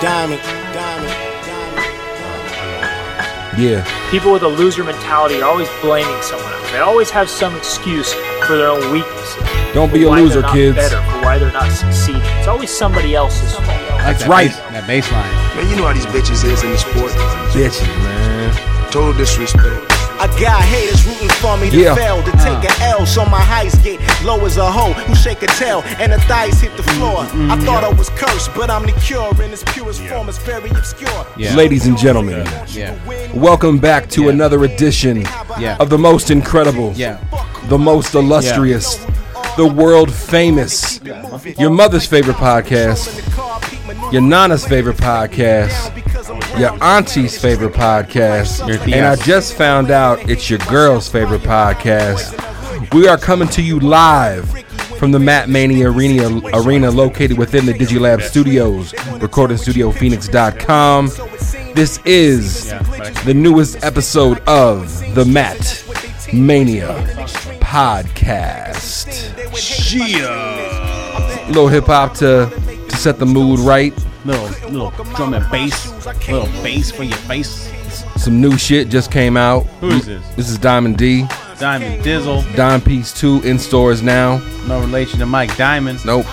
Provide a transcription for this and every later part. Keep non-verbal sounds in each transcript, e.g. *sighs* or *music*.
Diamond, diamond, diamond, Yeah. People with a loser mentality are always blaming someone else. They always have some excuse for their own weaknesses. Don't for be a why they're loser, not kids. Better, for why they're not succeeding. It's always somebody else's fault. That's right. That baseline. Man, you know how these bitches is in the sport. Bitches, man. Total disrespect. I got haters rooting for me to Yeah. fail, to Ah. take a L. So my highs get low as a hoe who shake a tail and the thighs hit the floor. I thought I was cursed, but I'm the cure in its purest form. It's very obscure. Yeah. Ladies and gentlemen, Yeah. welcome back to Yeah. another edition Yeah. of the most incredible, Yeah. the most illustrious, the world famous, your mother's favorite podcast, your nana's favorite podcast, your auntie's favorite podcast, Your and I tia's. just found out it's your girl's favorite podcast. We are coming to you live from the Matt Mania Arena, arena located within the Digilab Studios, recording studiophoenix.com. This is the newest episode of the Matt Mania podcast. Little hip hop to to set the mood right. Little little drum and bass. Little bass for your face. Some new shit just came out. Who is this? This is Diamond D. Diamond Dizzle. Dime Piece 2 in stores now. No relation to Mike Diamond. Nope.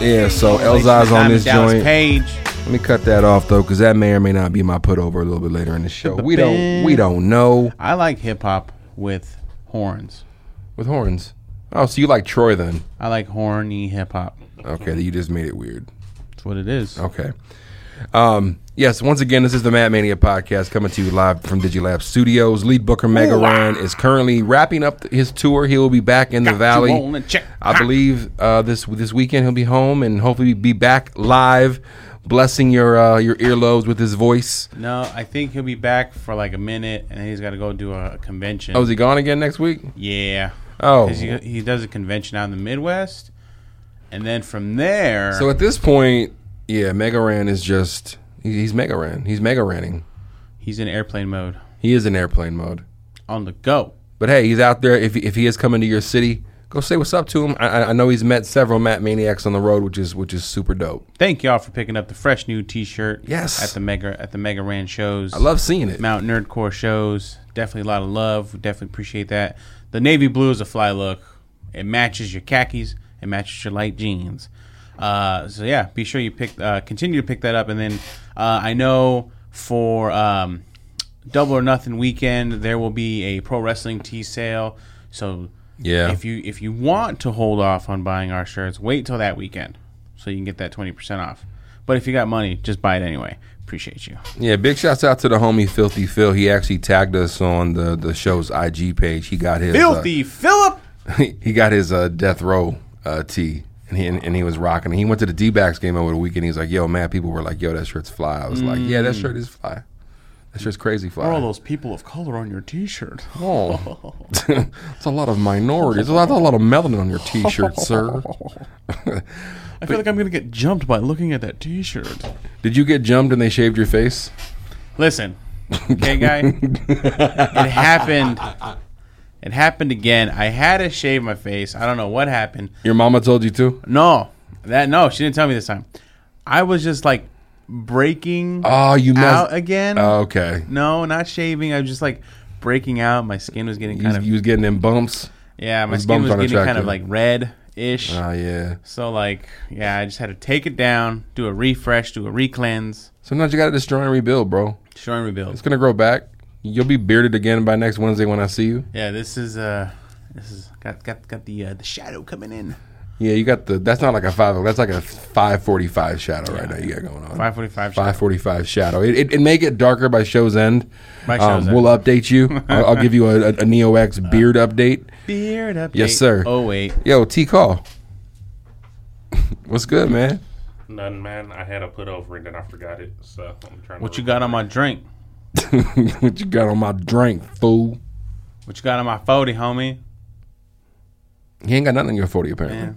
Yeah, so Relation to Elzai's on Diamond this Dallas joint. Page. Let me cut that off though, because that may or may not be my putover a little bit later in the show. We don't we don't know. I like hip hop with horns. With horns. Oh, so you like Troy then? I like horny hip hop. Okay, you just made it weird. That's what it is. Okay. Um, yes, once again, this is the Mad Mania podcast coming to you live from DigiLab Studios. Lead Booker Mega Ryan is currently wrapping up th- his tour. He will be back in the on Valley. and check. I believe uh, this this weekend he'll be home and hopefully be back live, blessing your uh, your earlobes with his voice. No, I think he'll be back for like a minute, and then he's got to go do a convention. Oh, is he gone again next week? yeah. Oh. 'Cause he, he does a convention out in the Midwest, and then from there, So at this point, yeah, Mega Ran is just he- he's Mega Ran. He's Mega Ranning. he's in airplane mode He is in airplane mode. on the go. But hey, he's out there. If, if he is coming to your city, go say what's up to him. I, I- I know he's met several Matt Maniacs on the road, which is which is super dope. Thank y'all for picking up the fresh new T-shirt. Yes. at the Mega at the Mega Ran shows. I love seeing it. Mount Nerdcore shows. Definitely a lot of love. We definitely appreciate that. The navy blue is a fly look. It matches your khakis. It matches your light jeans. Uh, so yeah, be sure you pick. Uh, continue to pick that up, and then uh, I know for um, Double or Nothing weekend there will be a pro wrestling tee sale. So Yeah. if you if you want to hold off on buying our shirts, wait till that weekend so you can get that twenty percent off. But if you got money, just buy it anyway. Appreciate you. Yeah, big shouts out to the homie Filthy Phil. He actually tagged us on the the show's IG page. He got his uh, Filthy Philip. *laughs* he got his uh, death row uh, tee. And he, and, he was rocking. it. He went to the D-backs game over the weekend. He was like, "Yo, man, people were like, yo, that shirt's fly." I was like, "Yeah, that shirt is fly. That shirt's crazy fly." Mm. All those people of color on your T-shirt. Oh, *laughs* it's a lot of minorities. It's a lot, a lot of melanin on your *laughs* T-shirt, sir. I feel like I'm gonna get jumped by looking at that T-shirt. Did you get jumped and they shaved your face? *laughs* Listen, okay, guy, it happened. It happened again. I had to shave my face. I don't know what happened. Your mama told you to. No, that no, she didn't tell me this time. I was just like breaking Oh, you messed out again. Oh, okay. No, not shaving. I was just like breaking out. My skin was getting You, kind of you was getting them bumps. yeah. My those skin bumps was aren't getting kind of attractive. like red ish. Oh yeah. So like, yeah, I just had to take it down, do a refresh, do a re-cleanse, Sometimes you gotta destroy and rebuild, bro. show and rebuild. It's gonna grow back. You'll be bearded again by next Wednesday when I see you. Yeah, this is uh, this is got got got the uh, the shadow coming in. Yeah, you got the. That's not like a five. That's like a five forty five shadow right now. You got going on. 545 shadow. Five forty five shadow. It, it, it may get darker by show's end. Um, By show's end. Uh. We'll update *laughs* you. I'll, I'll give you a, a, a Neo X beard update. Beard update. Yes, sir. *laughs* Oh wait, Yo, T call. What's good, man? *laughs* None, man. I had a put over it and I forgot it. So I'm trying. What to you got on my drink? what you got on my drink, fool? What you got on my forty, homie? He ain't got nothing in your 40, apparently.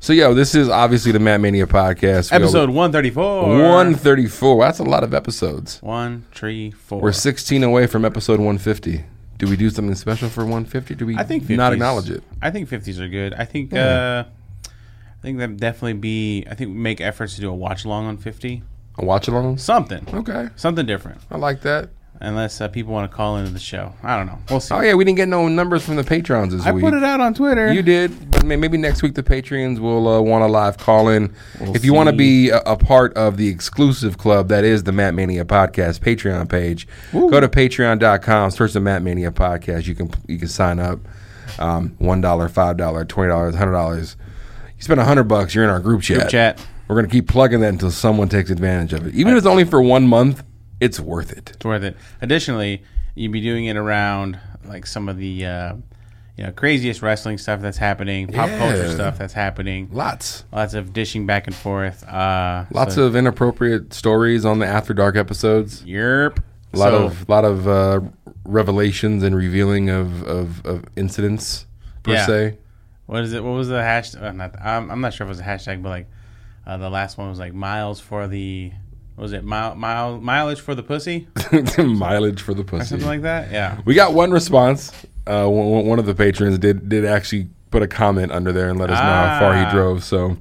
So, yo, this is obviously the Matt Mania podcast. We Episode are- one thirty four. 134. That's a lot of episodes. One, three, four. We're 16 away from episode 150. Do we do something special for 150? Do we I think 50s, not acknowledge it? I think fifties are good. I think Yeah. uh, I think that definitely be. I think we make efforts to do a watch along on fifty. A watch along? Something. Okay. Something different. I like that. Unless uh, people want to call into the show. I don't know. We'll see. Oh, yeah, we didn't get no numbers from the patrons this I week. put it out on Twitter. You did, but may- maybe next week the Patreons will uh, want a live call in. if you want to see. be a, a part of the exclusive club that is the Matt Mania Podcast Patreon page, go to patreon.com, search the Matt Mania Podcast. You can you can sign up. Um, One dollar, five dollar, twenty dollars, hundred dollars. You spend a hundred bucks, you're in our group chat. Group chat. We're gonna keep plugging that until someone takes advantage of it. Even if it's only for one month, it's worth it. It's worth it. Additionally, you'd be doing it around like some of the uh, you know craziest wrestling stuff that's happening, pop culture Yeah. stuff that's happening. Lots. Lots of dishing back and forth. Uh, Lots of inappropriate stories on the After Dark episodes. yerp. A lot So- of lot of uh, revelations and revealing of, of, of incidents per Yeah. se. *laughs* what is it? What was the hashtag? Uh, not, I'm, I'm not sure if it was a hashtag, but like uh, the last one was like miles for the what was it mile, mile mileage for the pussy or Mileage for the pussy. *laughs* something like that? Yeah, we got one response. Uh, one, one of the patrons did did actually put a comment under there and let us know how far Ah. he drove. So,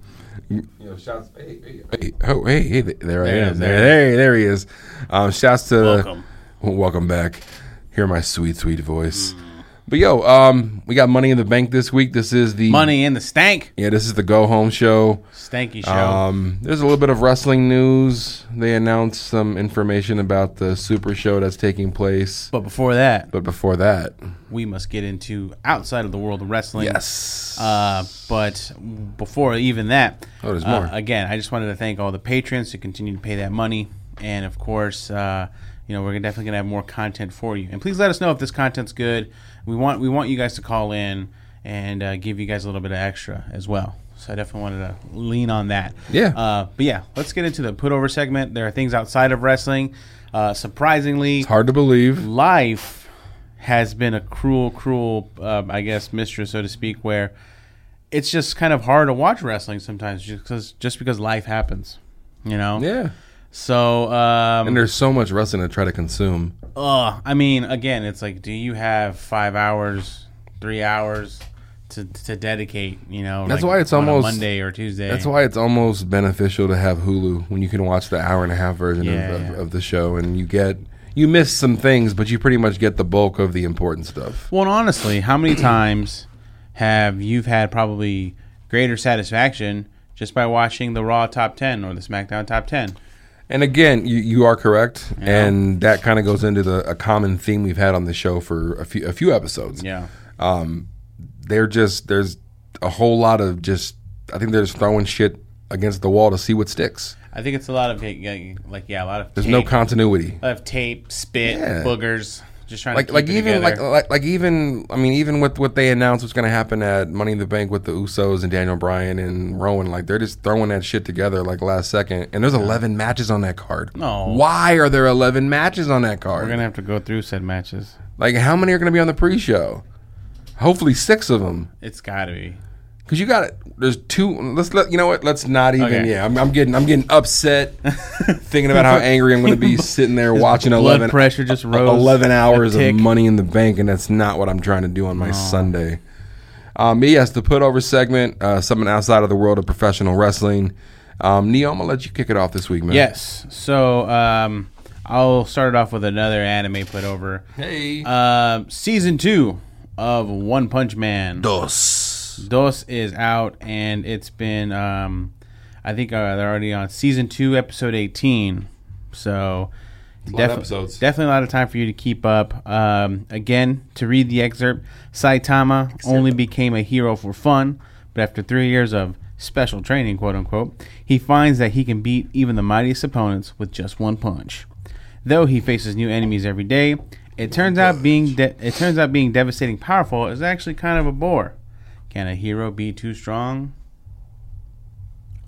you know, shouts. Hey, hey, hey. Oh, hey, hey, th- there, I There it am. is, there, there there, there he is. Um, shouts to Welcome. welcome back. Hear my sweet, sweet voice. But yo, um, we got money in the bank this week. This is the money in the stank, Yeah, this is the go home show. stanky show. Um, there's a little bit of wrestling news. They announced some information about the Super Show that's taking place. but before that, But before that, we must get into outside of the world of wrestling. yes, Uh, but before even that, Oh, there's uh, more. again, I just wanted to thank all the patrons who continue to pay that money, and of course, uh, you know, we're definitely gonna have more content for you. And please let us know if this content's good. We want we want you guys to call in and uh, give you guys a little bit of extra as well. So I definitely wanted to lean on that. Yeah. Uh, but yeah, let's get into the put over segment. There are things outside of wrestling. Uh, surprisingly, hard to believe. life has been a cruel, cruel, um, I guess, mistress, so to speak, where it's just kind of hard to watch wrestling sometimes just because, just because life happens, you know? Yeah, So, um, and there's so much wrestling to try to consume. ugh, I mean, again, it's like, do you have five hours, three hours to, to dedicate, you know? That's like, why it's on a almost- Monday or Tuesday. That's why it's almost beneficial to have Hulu when you can watch the hour and a half version Yeah, of, of, yeah. of the show, and you get you miss some things, but you pretty much get the bulk of the important stuff. Well, and honestly, how many times have you've had probably greater satisfaction just by watching the Raw top ten or the SmackDown top ten? And again, you, you are correct, and that kind of goes into the a common theme we've had on the show for a few a few episodes. Yeah, they're just there's a whole lot of just I think they're just throwing shit against the wall to see what sticks. I think it's a lot of like yeah, a lot of There's tape, no continuity. a lot of tape, spit, Yeah. boogers, just trying Like to like like even like, uh, like like even I mean even with what they announced what's gonna happen at Money in the Bank with the Usos and Daniel Bryan and Rowan like they're just throwing that shit together like last second and there's 11 matches on that card. No. why are there 11 matches on that card? we're gonna have to go through said matches. like how many are gonna be on the pre-show? Hopefully six of them. It's gotta be. Cause you got it. There's two. Let's let you know what. Let's not even. Okay. Yeah, I'm, I'm getting. I'm getting *laughs* upset thinking about how angry I'm going to be sitting there watching blood 11 pressure just uh, rose 11 a hours of tick. Money in the Bank, and that's not what I'm trying to do on my Sunday. Um, but yes, the put over segment. Uh, something outside of the world of professional wrestling. Um, Neo, I'm gonna let you kick it off this week, man. Yes, so um, I'll start it off with another anime put over. Hey. Uh, season two of One Punch Man. Dos. Dos is out, and it's been. Um, I think uh, they're already on season two, episode eighteen. So, lot of defi- episodes. definitely a lot of time for you to keep up. Um, again, to read the excerpt, Saitama only became a hero for fun, but after three years of special training, quote unquote, he finds that he can beat even the mightiest opponents with just one punch. Though he faces new enemies every day, it turns out being de- it turns out being devastating powerful is actually kind of a bore. Can a hero be too strong?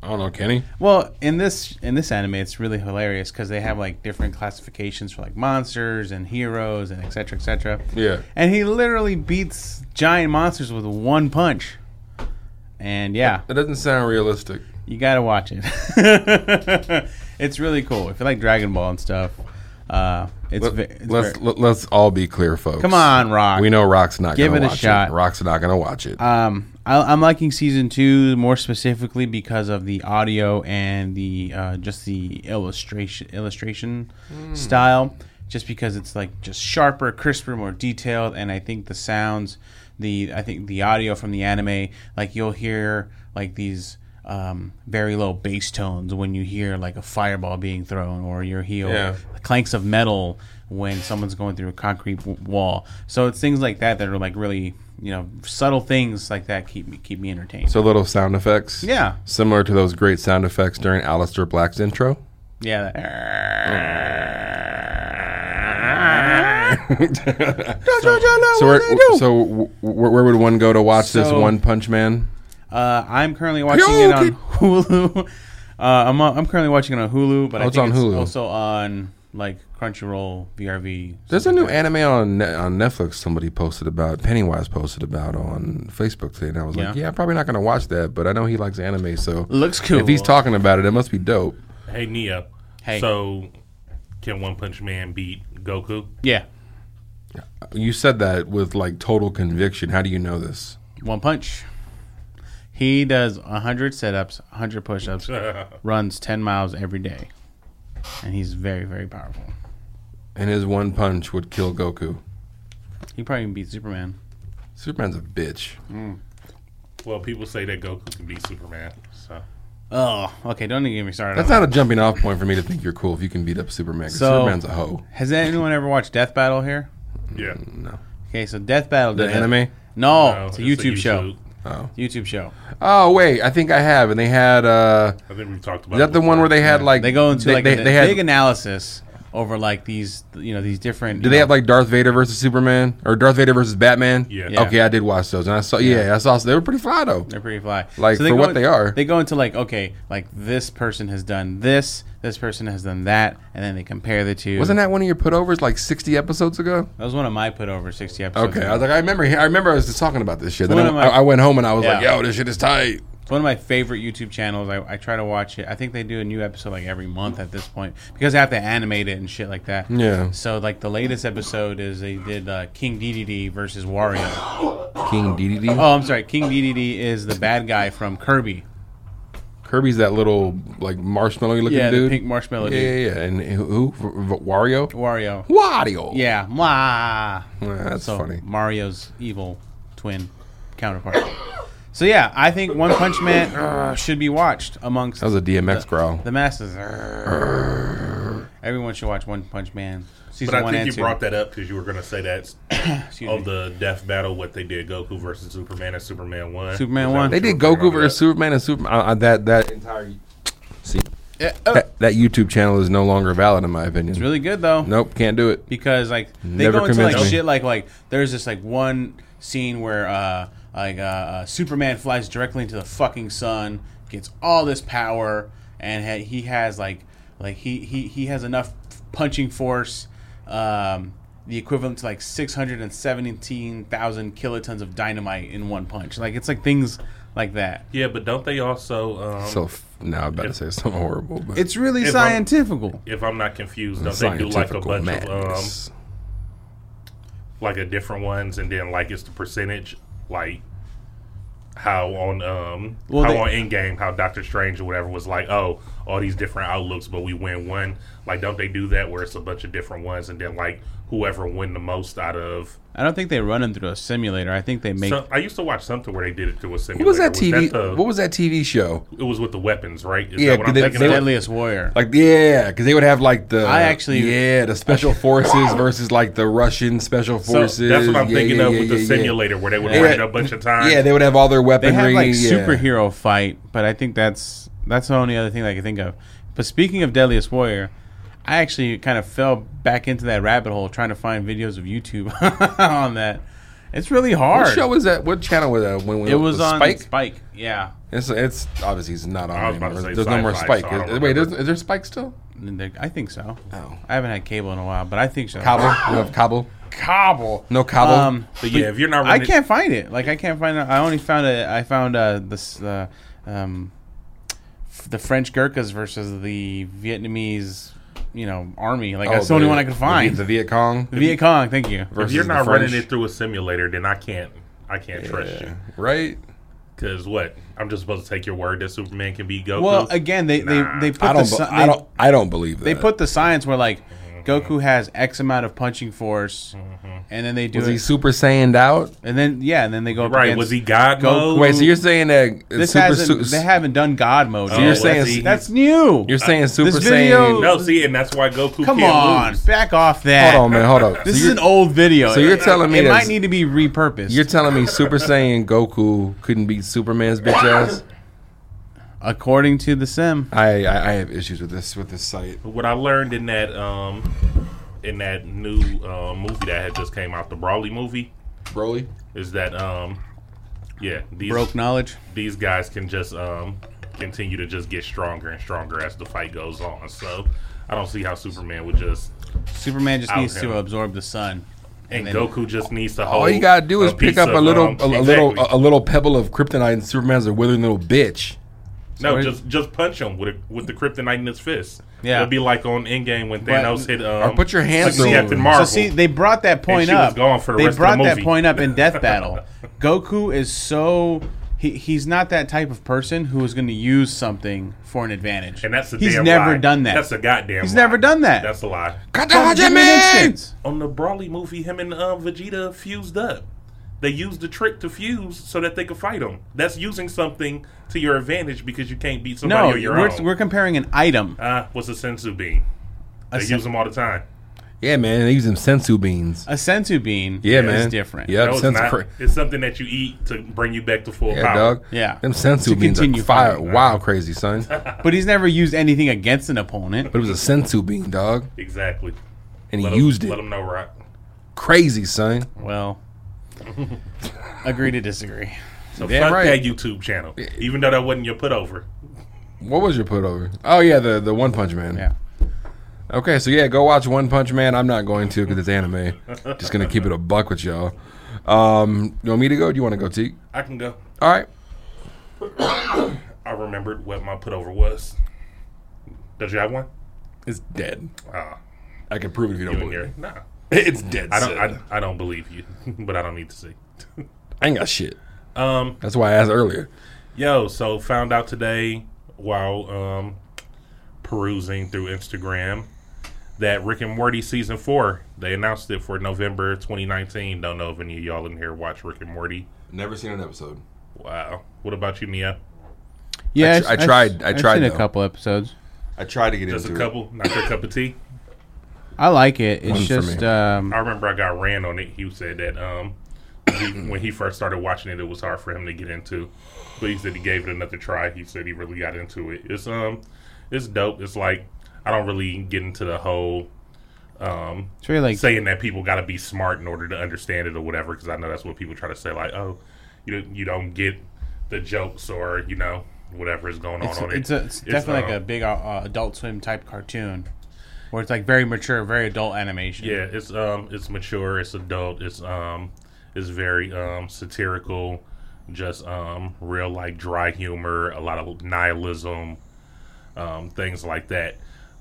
I don't know, Kenny. Well, in this in this anime, it's really hilarious because they have like different classifications for like monsters and heroes and etc. Cetera, etc. Yeah. And he literally beats giant monsters with one punch. And yeah, That doesn't sound realistic. you gotta watch it. *laughs* it's really cool. If you like Dragon Ball and stuff, uh, it's, Let, ve- it's let's very- let, let's all be clear, folks. Come on, Rock. We know Rock's not Give gonna it a watch shot. it. Rock's not gonna watch it. Um, I, I'm liking season two more specifically because of the audio and the uh, just the illustration illustration style. Just because it's like just sharper, crisper, more detailed, and I think the sounds, the I think the audio from the anime, like you'll hear like these um, very low bass tones when you hear like a fireball being thrown, or you heel Yeah. clanks of metal when someone's going through a concrete w- wall. So it's things like that that are like really you know subtle things like that keep me keep me entertained. so little sound effects. Yeah. Similar to those great sound effects during Alistair Black's intro. yeah, So where, so w- where, where would one go to watch this So- One Punch Man? uh, I'm currently watching it on Hulu. *laughs* Uh, I'm on- I'm currently watching it on Hulu, but Oh, I it's think on it's Hulu. also on like Crunchyroll, VRV. There's a new anime on Ne- on Netflix. Somebody posted about Pennywise posted about on Facebook today, and I was like, Yeah. yeah, I'm probably not gonna watch that, but I know he likes anime, so Looks cool. If he's talking about it, it must be dope. Hey, Nia. Hey. So, can One Punch Man beat Goku? yeah, You said that with like total conviction. How do you know this? One Punch. He does 100 sit-ups, 100 push-ups, runs 10 miles every day, and he's very very powerful. And his one punch would kill Goku. He probably even beat Superman. Superman's a bitch. Well, people say that Goku can beat Superman. So, Oh, okay. Don't even get me started. on That's that. not a jumping off point for me to think you're cool if you can beat up Superman. 'cause So- Superman's a hoe. Has anyone ever watched Death Battle here? yeah. Okay, so Death Battle. The did it. anime? No, No, it's a it's a YouTube, show. YouTube. Oh, YouTube show. Oh wait, I think I have. And they had uh I think we've talked about is that the before. one where they had like They go into like a they had big analysis over like these, you know, these different. do they have like Darth Vader versus Superman or Darth Vader versus Batman? Yeah. Yeah. Okay, I did watch those, and I saw. Yeah, I saw. They were pretty fly though. They're pretty fly. Like, for what in- they are. They go into like okay, like this person has done this, this person has done that, and then they compare the two. Wasn't that one of your putovers like 60 episodes ago? That was one of my put over sixty episodes. Okay, I was like, I remember. I remember I was just talking about this shit. Then One I, of my- I went home and I was like, Yeah. Yo, this shit is tight. It's one of my favorite YouTube channels. I, I try to watch it. I think they do a new episode like every month at this point because I have to animate it and shit like that. Yeah. So like the latest episode is they did uh, King DDD versus Wario. King DDD. Oh, I'm sorry. King DDD is the bad guy from Kirby. Kirby's that little like marshmallow looking Yeah, dude. the pink marshmallow yeah, dude. yeah, yeah. And who? who? V- v- Wario. Wario. Wario. Yeah. Mwah. Yeah, that's so funny. Mario's evil twin counterpart. so yeah, I think One *coughs* Punch Man uh, should be watched amongst That was a DMX growl. the masses. Everyone should watch One Punch Man. Season But I one think and you two. brought that up because you were going to say that Excuse me. of the death battle, what they did, Goku versus Superman and Superman one. Superman Is that won. what They you did were bringing Goku up? versus Superman and Superman. Uh, uh, that that entire see Yeah, oh. that, that YouTube channel is no longer valid in my opinion. It's really good though. Nope, can't do it. Because like they Never go into like convinced me. shit like like there's this like one scene where uh like uh, uh Superman flies directly into the fucking sun, gets all this power, and ha- he has like like he he he has enough punching force. Um, the equivalent to like 617,000 kilotons of dynamite in one punch. Like, it's like things like that. Yeah, but don't they also, um, So f- now I'm about to say something horrible, but It's really If I'm- scientifical. if I'm not confused, don't they do like a scientifical bunch of um, madness. like a different ones, and then like it's the percentage, like how on um Well, how they- on Endgame, how Doctor Strange or whatever was like, oh, all these different outlooks, but we win one. Like, don't they do that where it's a bunch of different ones, and then like whoever win the most out of? I don't think they run him through a simulator. I think they make So I used to watch something where they did it through a simulator. what was that TV? the- what was that TV show? it was with the weapons, right? Is Yeah, that what I'm they- thinking the they- of? Deadliest Warrior. Like yeah, because they would have like the I actually- yeah the *laughs* special forces versus like the Russian special So forces. that's what I'm Yeah, thinking yeah, of yeah, with yeah, the yeah. simulator where they would Yeah. run it a bunch of times. Yeah, they would have all their They weaponry. have like yeah. superhero fight, but I think that's that's the only other thing that I can think of. But speaking of Deadliest Warrior, I actually kind of fell back into that rabbit hole trying to find videos of YouTube *laughs* on that. It's really hard. What show was that? What channel was that? When, when it was on Spike. Spike. Yeah, It's it's obviously it's not I on was about anymore. to say There's no more sci-fi, Spike. so I don't Is- Wait, remember. is, is there Spike still? And they- I think so. Oh. I haven't had cable in a while, but I think so. Cobble. You have Cobble. Cobble. No Cobble. Um, But yeah, if you're not, I running, can't find it. Like I can't find it. I only found it. I found uh, this uh, um, f- the French Gurkhas versus the Vietnamese, you know, army. Like that's the only one I could find. Oh, The Viet Cong. The Viet Cong. Thank you. If you're versus the not running French. it through a simulator, then I can't. I can't trust you. Right. Because what? I'm just supposed to take your word that Superman can be Goku. Well, again, they Nah. they, they put I the don't. si- be- they, I don't. uh, Mm-hmm. I don't believe that. they put the science where like Goku has X amount of punching force, and then they do Mm-hmm. Was it, he Super Saiyan out? and then yeah, and then they go up right? against- Was he God Goku- mode? Wait. So you're saying that This Super hasn't. Su- Oh, they haven't done God mode. you're yet. saying- that's, that's new. You're saying Super uh, this video- Saiyan. no, see, and that's why Goku. Come can't on, lose. back off that. Hold on, man. Hold up. This so is you're, an old video. so you're telling me it that's- might need to be repurposed. you're telling me Super *laughs* Saiyan Goku couldn't beat Superman's bitch ass? According to the sim, I, I I have issues with this with this site. What I learned in that um in that new uh, movie that had just came out, the Brawley movie, Broly. is that um yeah these broke knowledge. these guys can just um continue to just get stronger and stronger as the fight goes on. So I don't see how Superman would just Superman just Out needs him. to absorb the sun. and then- Goku just needs to hold. All you gotta do is a pick piece up a of, little, um, a, a little, exactly. a, a little pebble of kryptonite, and Superman's a withering little bitch. No, just just punch him with a, with the kryptonite in his fist. Yeah. it'll be like on Endgame when But- Thanos hit. Um, Or put your hands like through Captain him. Marvel. So see, they brought that point she was up. gone for the they rest of the brought that movie. point up in *laughs* Death Battle. Goku is so he, he's not that type of person who is going to use something for an advantage. and that's a he's damn never lie. done that. That's a goddamn. He's lie. never done that. That's a lie. Come, give me an instance. On the Brawley movie, him and uh, Vegeta fused up. They used the trick to fuse so that they could fight him. That's using something to your advantage because you can't beat somebody No, on your we're, own. we're comparing an item. uh, what's a sensu bean? They sen- use them all the time. Yeah, man, they use them sensu beans. A sensu bean Yeah, is man, different. Yeah, No, it's, sensu. not. cra- it's something that you eat to bring you back to full yeah, power. dog. Yeah. them sensu To beans are continue fire. fighting, Wow, crazy son. But he's never used anything against an opponent. But it was a sensu bean, dog, Exactly. and he Let 'em- used Let it. them know, Rock. Crazy son. Well, agree to disagree. So Damn fuck right. that YouTube channel. Even though that wasn't your putover. What was your put over? Oh yeah, the the One Punch Man. Yeah. Okay, so yeah, go watch One Punch Man. I'm not going to because it's anime. Just gonna keep it a buck with y'all. Um, you want me to go? Do you want to go, Teak? I can go. All right. I remembered what my putover was. Did you have one? It's dead. Ah, I can prove it if you don't you in believe here? it. Nah. *laughs* It's uh, dead. I I, don't. I, I don't believe you, *laughs* but I don't need to see. ain't got shit. Um, That's why I asked earlier. yo. So found out today while um perusing through Instagram that Rick and Morty season four. They announced it for November 2019. Don't know if any of y'all in here watch Rick and Morty. Never seen an episode. Wow. What about you, Nia? Yeah, I tried- I I've tried, seen though. a couple episodes. I tried to get Just a into couple. Not your cup of *laughs* tea. I like it. It's One for just me. um, I remember I got ran on it. He said that um, he, when he first started watching it, it was hard for him to get into. But he said he gave it another try. He said he really got into it. It's um, it's dope. It's like I don't really get into the whole um it's really like saying that people got to be smart in order to understand it or whatever. Because I know that's what people try to say. Like, oh, you don't- you don't get the jokes or you know whatever is going on it's, on it's, it. a, it's definitely like um, a big uh, uh, Adult Swim type cartoon, where it's like very mature, very adult animation. Yeah, it's um, it's mature, it's adult, it's um, it's very um, satirical, just um, real like dry humor, a lot of nihilism, um, things like that.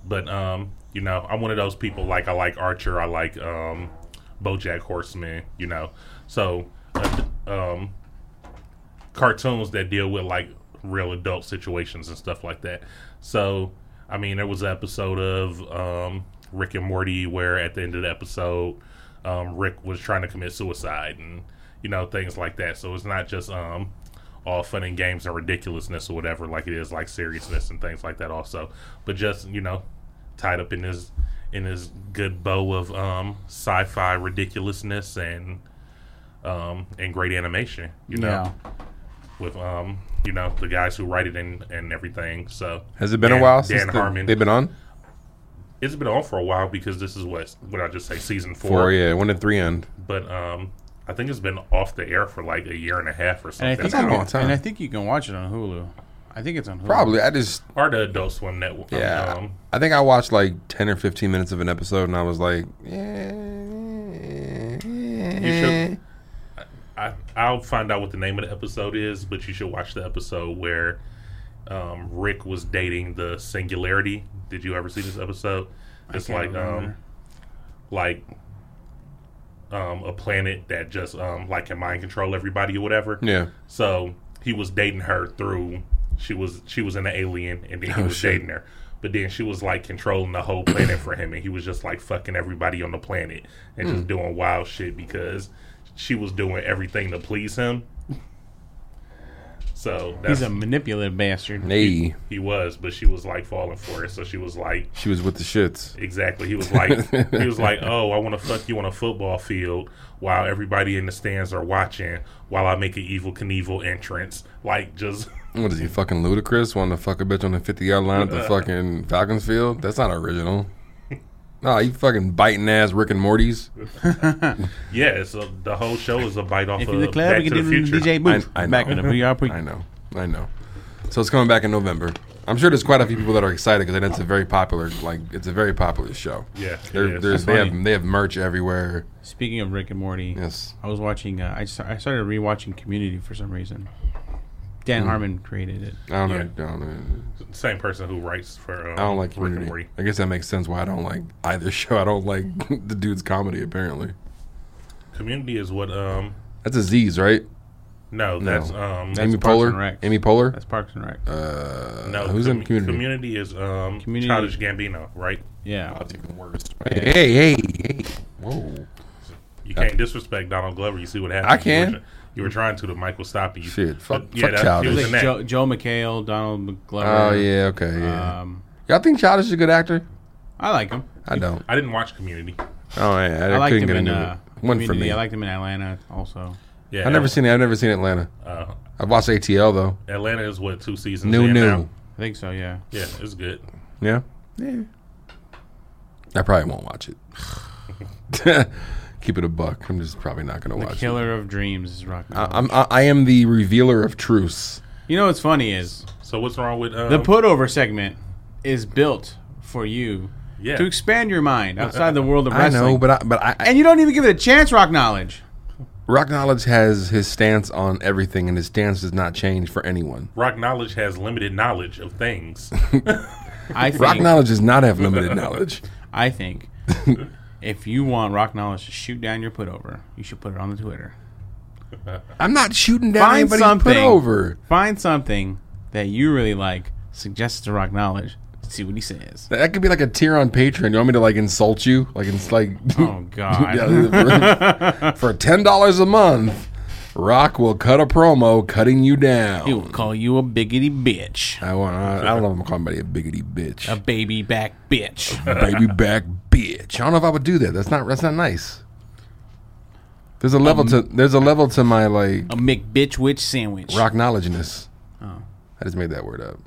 But um, you know, I'm one of those people like I like Archer, I like um, BoJack Horseman, you know, so uh, um, cartoons that deal with like real adult situations and stuff like that. So, I mean, there was an episode of um, Rick and Morty where at the end of the episode, um, Rick was trying to commit suicide and you know things like that. So it's not just um, all fun and games and ridiculousness or whatever, like it is like seriousness and things like that also. But just you know, tied up in his in his good bow of um, sci-fi ridiculousness and um, and great animation, you know Yeah. with um you know the guys who write it and and everything. So Has it been Dan- a while Dan since the- Harmon. they've been on? it's been on for a while because this is what what I just say season four. Four, yeah, one and three end. But um, I think it's been off the air for like a year and a half or And I something. think not you a can- long time. And I think you can watch it on Hulu. I think it's on Hulu. Probably. I just or the Adult Swim Network. yeah. Um, I think I watched like ten or fifteen minutes of an episode, and I was like, yeah. you should. I, I'll find out what the name of the episode is, but you should watch the episode where um, Rick was dating the Singularity. Did you ever see this episode? It's can't like um, remember. like um, a planet that just um, like can mind control everybody or whatever. Yeah. So he was dating her through she was she was an alien and then he was Oh, shit. dating her. But then she was like controlling the whole planet for him and he was just like fucking everybody on the planet and Hmm. just doing wild shit because she was doing everything to please him. So that's He's a manipulative bastard. Hey, he was, but she was like falling for it. So she was like she was with the shits. Exactly. He *laughs* was like, he was like, oh, I want to fuck you on a football field while everybody in the stands are watching while I make an evil Knievel entrance. Like, just *laughs* What is he fucking ludicrous? Wanting to fuck a bitch on the fifty yard line at Uh. the fucking Falcons field? That's not original. *laughs* Nah, you fucking biting ass Rick and Morty's. yeah. So the whole show is a bite off If of you're the club, Back we to can the do Future. DJ Booth. I know. Back in the VR pre- I know, I know. So it's coming back in November. I'm sure there's quite a few people that are excited because it's a very popular, like it's a very popular show. Yeah, it There- is. there's, they Funny. have they have merch everywhere. Speaking of Rick and Morty, Yes. I was watching. Uh, I sta- I started rewatching Community for some reason. Dan Hmm. Harmon created it. I don't know. Yeah. I don't know. Same person who writes for um, I don't like Rick and community. Morty. I guess that makes sense why I don't like either *laughs* show. I don't like the dude's comedy apparently. Community is what um That's Aziz, right? no, that's um Amy Parks Poehler. and Rec. Amy Poehler. That's Parks and Rec. Uh, no who's in Community? Community is um Community- Childish Gambino, right? yeah, even worse. Hey, hey, hey, hey. Whoa. You can't disrespect Donald Glover. You see what happened? I can. You were, you were trying to, to Michael stop you. Shit, fuck- But, yeah, fuck that- Childish. he was like in that. Joe, Joe McHale, Donald Glover. Oh yeah, okay. Yeah. Um, Y'all think Childish is a good actor? I like him. I *laughs* don't. I didn't watch Community. Oh yeah, I, I liked couldn't him get in into uh, it. One for Community. me. I liked him in Atlanta also. Yeah, I've never seen it. I've never seen Atlanta. Uh, I've watched ATL though. Atlanta is what two seasons? New, in new. now? I think so. Yeah. Yeah, it's good. Yeah. Yeah. I probably won't watch it. *laughs* Keep it a buck. I'm just probably not going to The watch it. Killer of Dreams is rocking. I, I'm I, I am the revealer of truths. you know what's funny is So what's wrong with Oh. um, The putover segment is built for you Yeah. to expand your mind outside the world of *laughs* I wrestling. know, but I, but I, I- and you don't even give it a chance, Rock Knowledge. rock knowledge has his stance on everything, and his stance does not change for anyone. rock knowledge has limited knowledge of things. I think. Rock knowledge does not have limited *laughs* knowledge. I *laughs* think. if you want Rock Knowledge to shoot down your putover, you should put it on the Twitter. I'm not shooting down Find anybody's something. put over. Find something that you really like. Suggest it to Rock Knowledge. See what he *laughs* says. That could be like a tier on Patreon. You want me to like insult you? Like it's like *laughs* Oh God. Yeah, for, *laughs* for ten dollars a month, Rock will cut a promo cutting you He down. will call you a biggity bitch, I want. I, I don't know if I'm calling anybody a biggity bitch, a baby back bitch. baby back bitch. I don't know if I would do that. That's not. That's not nice. There's a level to. There's a level to my like Um, A Oh. McBitch witch sandwich. rock knowledgeness. I just made that word up.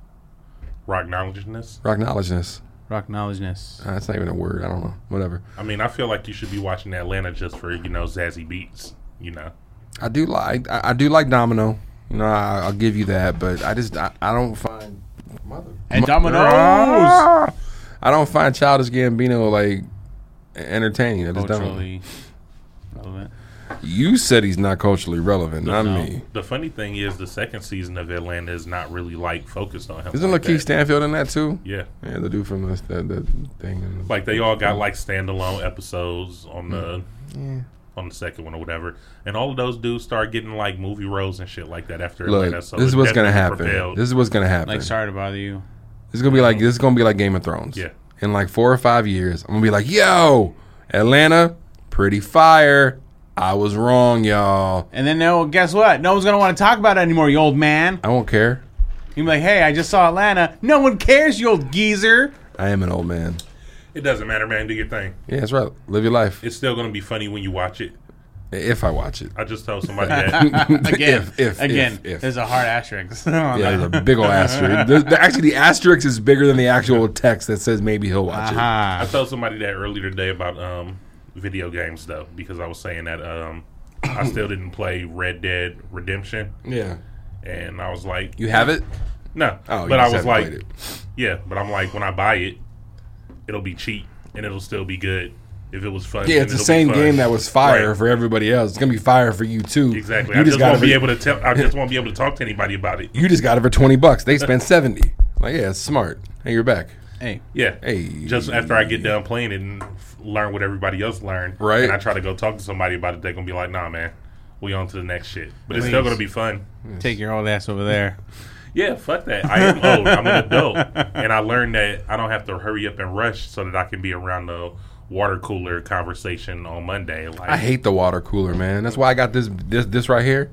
rock knowledgeness. Rock knowledgeness. Rock knowledgeness. Uh, that's not even a word. I don't know. Whatever. I mean, I feel like you should be watching Atlanta just for you know Zazzy beats. You know, I do like I, I do like Domino. You know, I, I'll give you that, but I just I, I don't find mother. And Mo- Domino's. I don't find Childish Gambino like entertaining. I just don't. culturally relevant. You said he's not culturally relevant, not me. the funny thing is the second season of Atlanta is not really like focused on him. Isn't like Lakeith that. Stanfield in that too? Yeah, Yeah, the dude from the the, the thing. in the- like they all Mm. got like standalone episodes on the. On the second one or whatever, and all of those dudes start getting like movie roles and shit like that after Atlanta. Look, So this is it what's gonna happen. definitely propelled- This is what's gonna happen. Like, sorry to bother you. This is gonna be like this is gonna be like Game of Thrones. Yeah. In like four or five years, I'm gonna be like, yo, Atlanta, pretty fire. I was wrong, y'all. And then, no, guess what? No one's gonna want to talk about it anymore, you old man. I won't care. You're like, hey, I just saw Atlanta. No one cares, you old geezer. I am an old man. It doesn't matter, man. Do your thing. Yeah, that's right. Live your life. It's still gonna be funny when you watch it. If I watch it. I just told *laughs* somebody that. Again, If- if- again, if- if. there's a hard asterisk. *laughs* on Yeah, that. there's a big old asterisk. There's- the- actually, the asterisk is bigger than the actual text that says maybe he'll watch Ah, I told somebody that earlier today about um, video games, though, because I was saying that um, I still didn't play Red Dead Redemption, Yeah. and I was like, You have it? no, Oh, you but I just was haven't like, played it. yeah, but I'm like, when I buy it, it'll be cheap and it'll still be good if it was fun. Yeah, then it's the it'll be same fun. game that was fire Right. for everybody else. It's gonna be fire for you too. Exactly. You I just, gotta won't be re- able to tell. *laughs* I just won't be able to talk to anybody about it. You just got it for twenty bucks. They spent seventy. Like, yeah, it's smart. Hey, you're back. Hey, Yeah. Hey. Just after I get done playing it and f- learn what everybody else learned, Right. And I try to go talk to somebody about it, they're gonna be like, "Nah, man, we on to the next shit." But it's still Please. gonna be fun. take your old ass over there. Yeah, fuck that. I am old. I'm an adult, and I learned that I don't have to hurry up and rush so that I can be around the water cooler conversation on Monday. Like, I hate the water cooler, man. That's why I got this this this right here.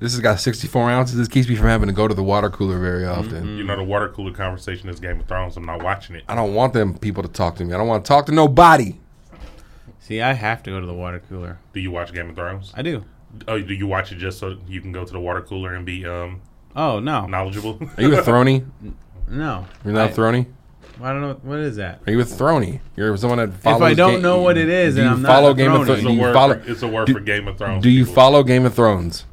This has got sixty four ounces. This keeps me from having to go to the water cooler very often. you know, the water cooler conversation is Game of Thrones. I'm not watching it. I don't want them people to talk to me. I don't want to talk to nobody. See, I have to go to the water cooler. Do you watch Game of Thrones? I do. Oh, do you watch it just so you can go to the water cooler and be um Oh no, no. knowledgeable? *laughs* Are *laughs* you a throny? You're not I, a throny. I don't know what is that. Are you a throny? You're someone that follows. I don't Ga- know what it is, do then you I'm not follow a Game of Thrones? throny. It's a Do you word. follow? for, it's a word do- for Game of Thrones. Do you people. follow Game of Thrones?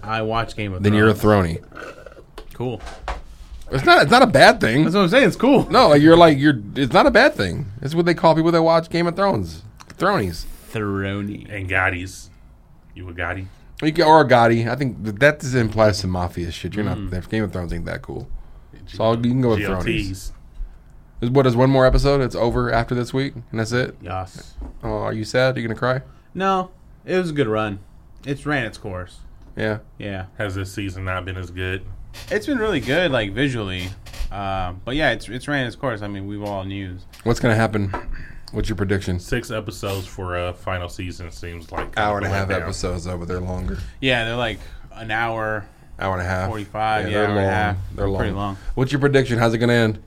I watch Game of Then you're a Thrones. throny. cool. It's not. It's not a bad thing. That's what I'm saying. It's cool. No, like, you're like you're. It's not a bad thing. It's what they call people that watch Game of Thrones, thronies. Throny. And Gotti's. You a Gotti? You can- Or a Gotti. I think that, that just implies some mafia shit. You're not that Game of Thrones ain't that cool. So I'll- you can go with Thronies. GLTs. Is- What is one more episode? It's over after this week, and that's it. Yes. Oh, are you sad? Are you gonna cry? No, it was a good run. It's ran its course. Yeah. Yeah, Has this season not been as good? it's been really good, like visually. Um, but yeah, it's it's ran its course. I mean, we've all news. What's gonna happen? What's your prediction? Six episodes for a final season seems like Hour and a half letdown. episodes over. They're longer. Yeah, they're like an hour. Hour and a half. 45, yeah, they're hour and a long. half. They're long. Pretty long. What's your prediction? How's it gonna end?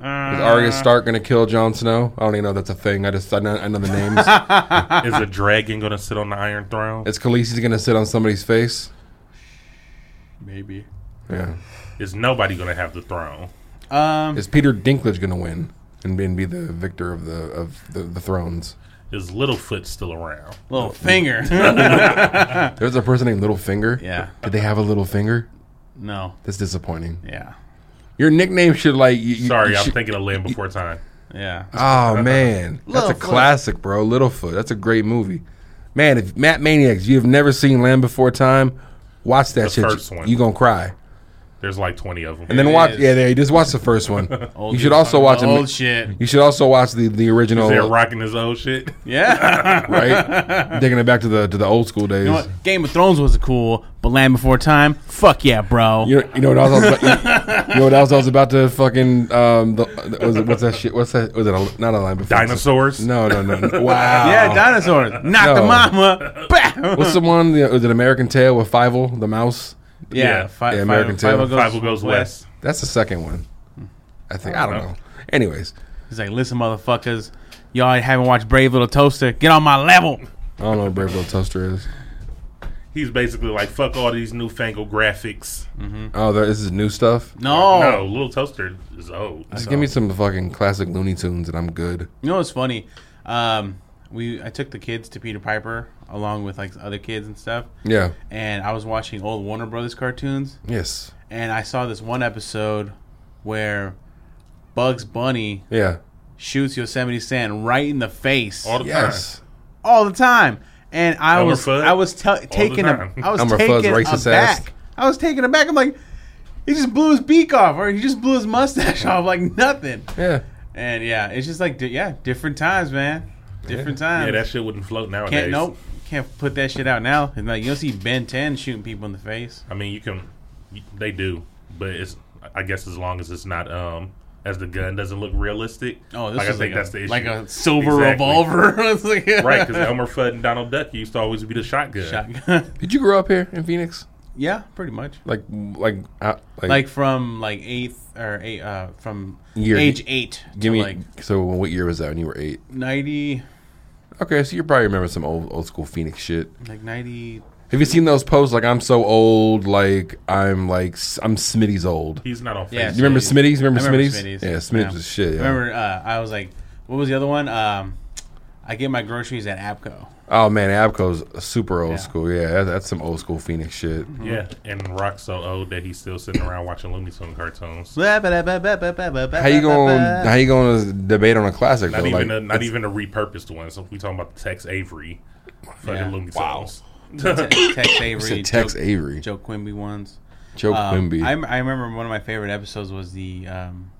Uh, Is Arya Stark gonna kill Jon Snow? I don't even know if that's a thing. I just I know, I know the *laughs* names. Is a dragon going to sit on the Iron Throne? Is Khaleesi's gonna sit on somebody's face? maybe. Yeah. Is nobody going to have the throne? Um, Is Peter Dinklage gonna win and be, and be the victor of the of the, the thrones? Is Littlefoot still around? little finger. There's a person named Littlefinger. Yeah. Did they have a little finger? no. That's disappointing. Yeah. Your nickname should like. You, you- Sorry, you I'm should- thinking of Land Before Time. Yeah. *laughs* Oh man, that's a Littlefoot. classic, bro. Littlefoot. That's a great movie. Man, if Matt Maniacs, you've never seen Land Before Time, watch that The shit. first one. You gonna cry. There's like 20 of them. And then watch. is. Yeah, yeah, just watch the first one. *laughs* Old you dude should also talking watch. about a- old shit. You should also watch the the original. they're rocking his old shit. *laughs* Yeah. *laughs* right? Taking it back to the to the old school days. you know what? Game of Thrones was cool, but Land Before Time, fuck yeah, bro. You know, you know what else I was about, you, know what else I was about to fucking um the, was it, what's that shit what's that was it a, not a line before Dinosaurs. no no no *laughs* no. wow yeah, dinosaurs. Knock the No. mama. Bah! what's the one the, was it American Tail with Fievel the mouse Yeah, fi- Yeah, American fi- Tail. Five oh Five Will Goes West. that's the second one I think I don't Oh. know anyways He's like, listen, motherfuckers, y'all haven't watched Brave Little Toaster. Get on my level. I don't know what Brave Little Toaster is He's basically like, fuck all these newfangled graphics. oh there, this is new stuff No. No, Little Toaster is old. Oh. just give me some fucking classic Looney Tunes and I'm good You know what's funny? Um, we I took the kids to Peter Piper along with like other kids and stuff. yeah And I was watching old Warner Brothers cartoons, yes and I saw this one episode where Bugs Bunny yeah shoots Yosemite Sam right in the face All the time. yes all the time. And I Elmer was Fudd? I was te- taken a, time. I was Elmer Fudd's taken racist aback. ass. I was taken aback. I'm like, he just blew his beak off, or he just blew his mustache *laughs* off, like nothing. yeah And yeah, it's just like di- yeah, different times, man. Different times. Yeah, that shit wouldn't float nowadays. can't nope. Can't put that shit out now. And like you'll see Ben Ten shooting people in the face. I mean, you can. you- They do, but it's. I guess as long as it's not um as the gun doesn't look realistic. Oh, this like I is like, think that's a, the issue. like a silver Exactly. revolver. *laughs* It's like- *laughs* right? Because Elmer Fudd and Donald Duck used to always be the shotgun. Shotgun. did you grow up here in Phoenix *laughs* yeah, pretty much. like like uh, Like from like eighth or eight uh from Year. age eight Give to me like so. What year was that when you were eight? ninety Okay, so you probably remember some old old school Phoenix shit. like ninety Have you seen those posts like I'm so old, like I'm like S- I'm Smitty's old? He's not on Facebook. Yeah, You remember Smitty's? Remember, I remember Smitty's? Smitty's. Yeah, Smitty's Yeah. was shit. Yeah. Remember, uh, I was like, what was the other one? Um, I I get my groceries at Abco. Oh man, Abco's super old Yeah. school. Yeah, that- that's some old school Phoenix shit. Yeah, and Rock's so old that he's still sitting around watching Looney Tunes cartoons. How How you going? How you going to debate on a classic? Not though? even Like, a, not it's- even a repurposed one. So if we talking about the Tex Avery, fucking Yeah. Looney Tunes. Wow. *coughs* Tex said Avery, Tex Joe, Avery. Joe Quimby ones. Joe Um, Quimby. I, I remember one of my favorite episodes was the um,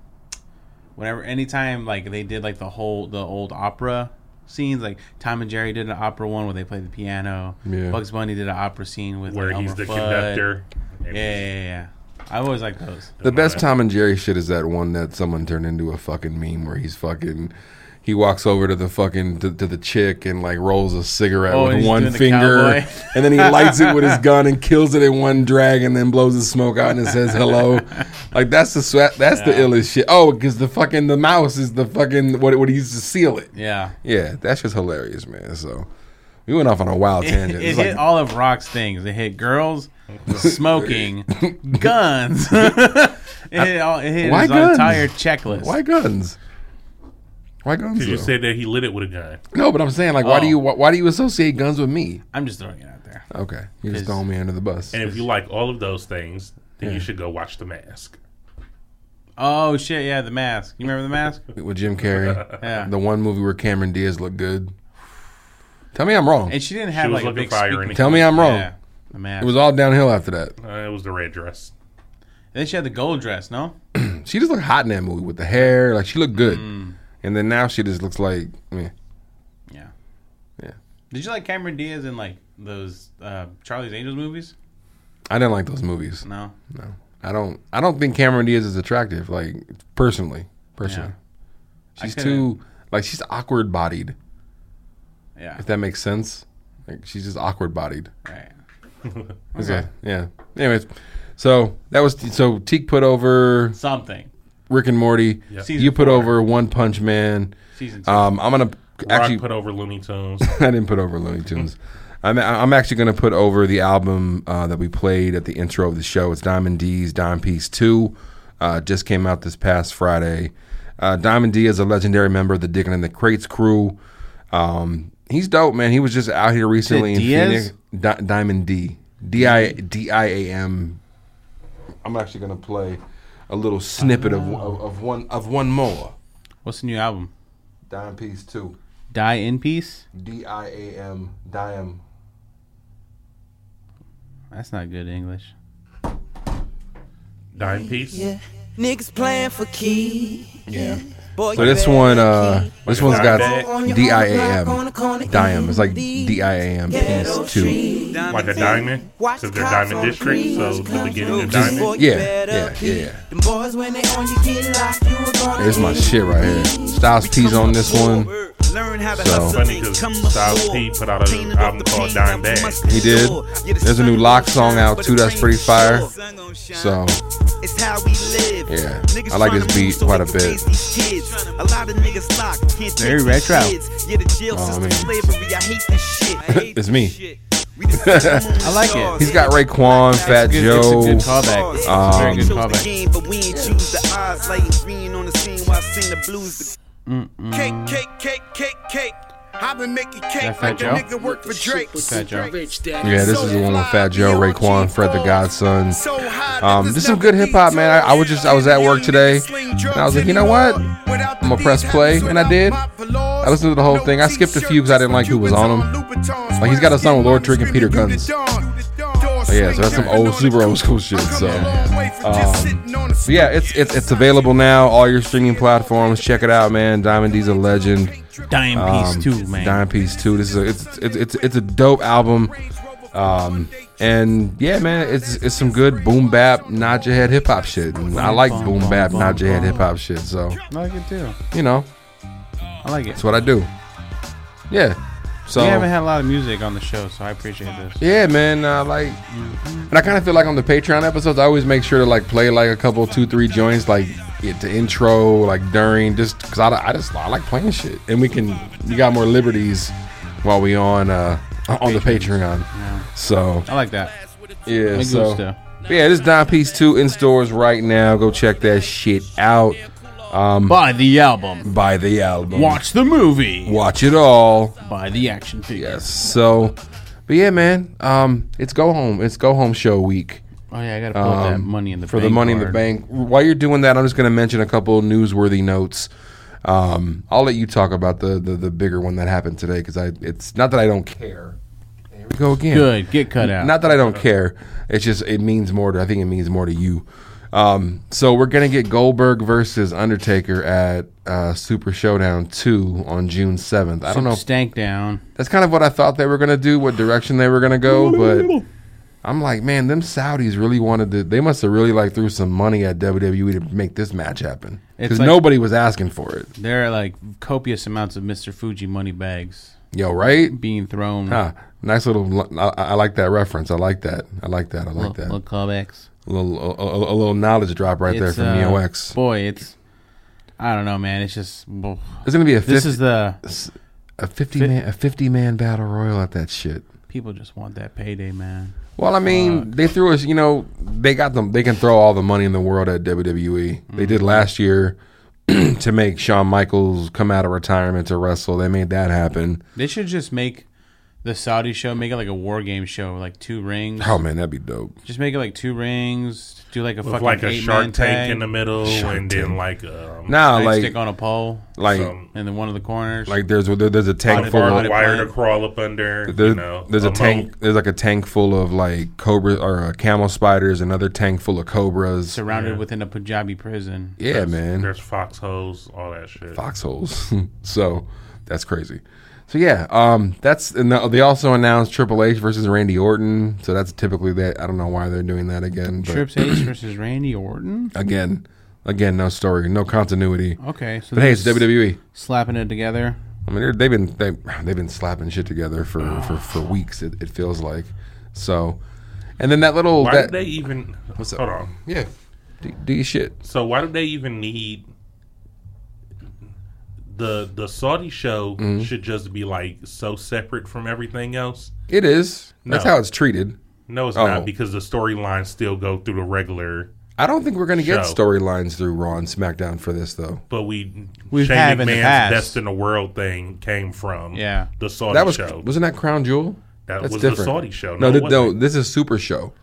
whenever anytime like they did like the whole the old opera scenes like Tom and Jerry did an opera one where they played the piano. Yeah. Bugs Bunny did an opera scene with *laughs* Where like, he's Elmer the Fudd. conductor. Yeah, yeah, yeah. I always like those. The best Tom and Jerry shit is that one that someone turned into a fucking meme where he's fucking. He walks over to the fucking to, to the chick and like rolls a cigarette Oh, and with he's one doing the finger, cowboy. *laughs* and then he lights it *laughs* with his gun and kills it in one drag, and then blows the smoke out and it says hello. *laughs* Like that's the swa- that's the illest shit. Oh, because the fucking the mouse is the fucking what what he used to seal it. *laughs* Yeah. Yeah, that's just hilarious, man. So we went off on a *laughs* wild It, tangent. it It's hit like, all of Rock's things. It hit *laughs* girls, *laughs* smoking, guns. *laughs* it hit, all, it hit Why his guns? entire checklist. why guns? Why guns? Because you though? said that he lit it with a gun. no, but I'm saying like, why do Oh. you why, why do you associate guns with me? I'm just throwing it out there. Okay, you just Because- throwing me under the bus. And if you like all of those things, then you should go watch The Mask. Oh shit! Yeah, the mask. You remember *laughs* the mask? with Jim Carrey, *laughs* Yeah. the one movie where Cameron Diaz looked good. Tell me I'm wrong. And she didn't She have like was a looking big fire speak- and Tell me I'm wrong. Yeah, the mask. It was all downhill after that. uh, it was the red dress. then she had the gold dress. No, She just looked hot in that movie with the hair. Like she looked good, Mm. and then now she just looks like meh. yeah, Yeah. Did you like Cameron Diaz in like those uh, Charlie's Angels movies? I didn't like those movies. No, No, I don't. I don't think Cameron Diaz is attractive. Like personally, personally, I she's couldn't- too like she's awkward bodied. Yeah, If that makes sense, like she's just awkward bodied. right. Okay. Yeah. Anyways, so that was so Teak put over Something. Rick and Morty. Season You put four. over One Punch Man. Season two. Um, I'm gonna actually. Rock put over Looney Tunes. *laughs* I didn't put over Looney Tunes. I'm, I'm actually going to put over the album uh, that we played at the intro of the show. It's Diamond D's Dime Piece 2. Uh, just came out this past Friday. Uh, Diamond D is a legendary member of the Digging and the Crates crew. Um, he's dope, man. He was just out here recently in Diaz? Phoenix. Di- Diamond D. D I D I A M. I'm actually going to play a little snippet of, of, of one of one more. What's the new album? Dime Piece 2. Die in peace. D I A M. Dime. That's not good English. Dime piece. Niggas playing for key. Yeah. Boy, So you this better one, get uh, key. this one's got On your D I A own block, on the M, corner, diam. It's like indeed. D I A M Ghetto piece two. street. Like a diamond. Watch Because the they're cops diamond on district. the So the crease. beginning of Just- diamond. boy, you Yeah, better yeah, key. yeah. Them boys when they on you get locked, you a gonna Here's my get shit right here. Styles P's on this one. Learn how to So- hustle Funny things 'cause come Styles before. P put out an Cleaning up album the called pain, Dime I'm Bag. must He did. endure. Yeah, the There's a new sun Lock gon' song shine, out but too, the that's rain pretty gon' fire. pour. So It's how we live. Yeah, Niggas I like tryna this beat move so quite they a can bit. raise these kids. A lot of niggas locked, can't Very take retro. these kids. Yeah, the jail Oh, system, man. slavery, I hate this shit. I *laughs* hate It's this me. shit. *laughs* We just I like it. he's got Raekwon, Fat It's a good- Joe. It's a good callback. It's a very Um, good callback. game, but we ain't choose the odds. Like it's being on the scene while I sing the blues. Cake, cake, cake, cake, cake. I've been making cake Fat like a Joe? nigga work for Drake. Fat Joe. Yeah, this is the one with Fat Joe, Raekwon, Fred the Godson. So high that Um, this this is some never good hip hop, man. I, I was just I was at work today, and I was like, you know what? I'm I'm gonna press play, and I did. I listened to the whole thing. I skipped a few because I didn't like who was on them. Like he's got a song with Lord Trick and Peter Guns. So yeah, so that's some old, super old school shit. So. um, So yeah, it's it's it's available now. All your streaming platforms. Check it out, man. Diamond D's a legend. Die in Um, peace too, man. Dime Piece Two. This is a, it's, it's it's it's a dope album. Um, and yeah, man, it's it's some good boom bap, nod your head hip hop shit. And I like boom bap, nod your head hip hop shit. So I like it too. you know, I like it. that's what I do. Yeah. So we haven't had a lot of music on the show, so I appreciate this. yeah, man. Uh, like, and I kind of feel like on the Patreon episodes, I always make sure to like play like a couple, two, three joints, like yeah, to intro, like during, just because I, I just I like playing shit, and we can you got more liberties while we on uh on the Patreon. So I like that. yeah, Me so gusta. yeah, this Dime Piece Two in stores right now. Go check that shit out. Buy the album. Buy the album. Watch the movie. Watch it all. Buy the action figure. Yes. So, but yeah, man. Um, it's go home. It's go home show week. Oh yeah, I gotta pull up that Um, money in the for bank the money in the card. bank. While you're doing that, I'm just going to mention a couple of newsworthy notes. Um, I'll let you talk about the the, the bigger one that happened today because I it's not that I don't care. Here we go again. Good, get cut out. Not that I don't care. It's just it means more to I think it means more to you. Um, so we're gonna get Goldberg versus Undertaker at uh, Super Showdown two on June seventh. I don't know. if- Stank down. that's kind of what I thought they were gonna do, what direction they were gonna go, but I'm like, man, them Saudis really wanted to. They must have really like threw some money at WWE to make this match happen It's because like- nobody was asking for it. There are like copious amounts of Mr. Fuji money bags Yo, right? being thrown. Huh. Nice little. I, I like that reference. I like that. I like that. I like that. Little, little callbacks. A little, a, a- a little knowledge drop right there It's, from uh, Neo X. Boy, it's I don't know, man. It's just well, There's gonna be a this fifty, is the a fifty man a fifty man battle royal at that shit. people just want that payday, man. Well, I mean, they threw us. You know, they got them. They can throw all the money in the world at WWE. They did last year *clears throat* to make Shawn Michaels come out of retirement to wrestle. They made that happen. They should just make the Saudi show make it like a war game show, like two rings. Oh man, that'd be dope. Just make it like two rings. Do like a With fucking like a eight Shark man Tank tag. in the middle, Shark and Tank. then like um, Nah, They like stick on a pole, like some- and then one of the corners. like there's there's a tank a full barbed of it wire plant. to crawl up under. There, you know, there's a, moat. tank. There's like a tank full of like cobra or uh, camel spiders. Another tank full of cobras. surrounded within a Punjabi prison. Yeah, man. There's foxholes, all that shit. foxholes. *laughs* so that's crazy. So yeah, um, that's and they also announced Triple H versus Randy Orton. So that's typically that. I don't know why they're doing that again. But *clears throat* Trips H versus Randy Orton. again, again, no story, no continuity. Oh, Okay, so But hey, they're it's E. WWE. slapping it together. I mean, they're- they've been they, they've been slapping shit together Oh. for for, for weeks. It, it feels like so. And then that little Why that, did they even? up? Hold on. yeah, do, do your shit. So why do they even need the the Saudi show? Mm-hmm. Should just be like so separate from everything else. It is. That's No. how it's treated. No, it's Oh. not because the storylines still go through the regular. I don't think we're gonna get Show. storylines through Raw and SmackDown for this though. But we We Shane have in the McMahon's past. best in the world thing came from Yeah. the Saudi That was show. wasn't that Crown Jewel? That That's was different. the Saudi show. No, No, th- it no, wasn't. this is Super Show.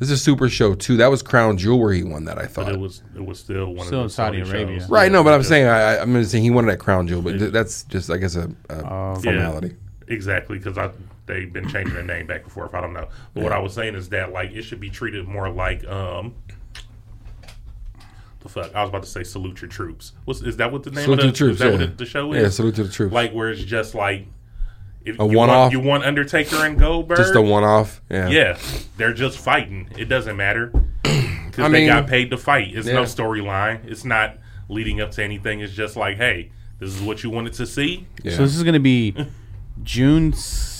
This is Super Show two. That was Crown Jewel where he won that. I But thought. it was it was still one Still of in the Saudi, Saudi Arabia. shows. right. No, but I'm Just- saying I, I- I'm just saying he won it at Crown Jewel, but th- that's just I guess a, a Um, Yeah, formality. exactly, because I they've been changing their name back and forth. I don't know. But what I was saying is that like it should be treated more like um. The fuck! I was about to say salute your troops. What's is that? What the name Salute of to the, the troops, Is that yeah. what the, the show is? Yeah, salute to the troops. Like where it's just like if you one-off? Want, you want Undertaker and Goldberg? Just a one off. Yeah. Yeah, they're just fighting. It doesn't matter *clears throat* because I they mean- got paid to fight. It's no Yeah. storyline. It's not leading up to anything. It's just like, hey, this is what you wanted to see. Yeah. So this is gonna *laughs* be June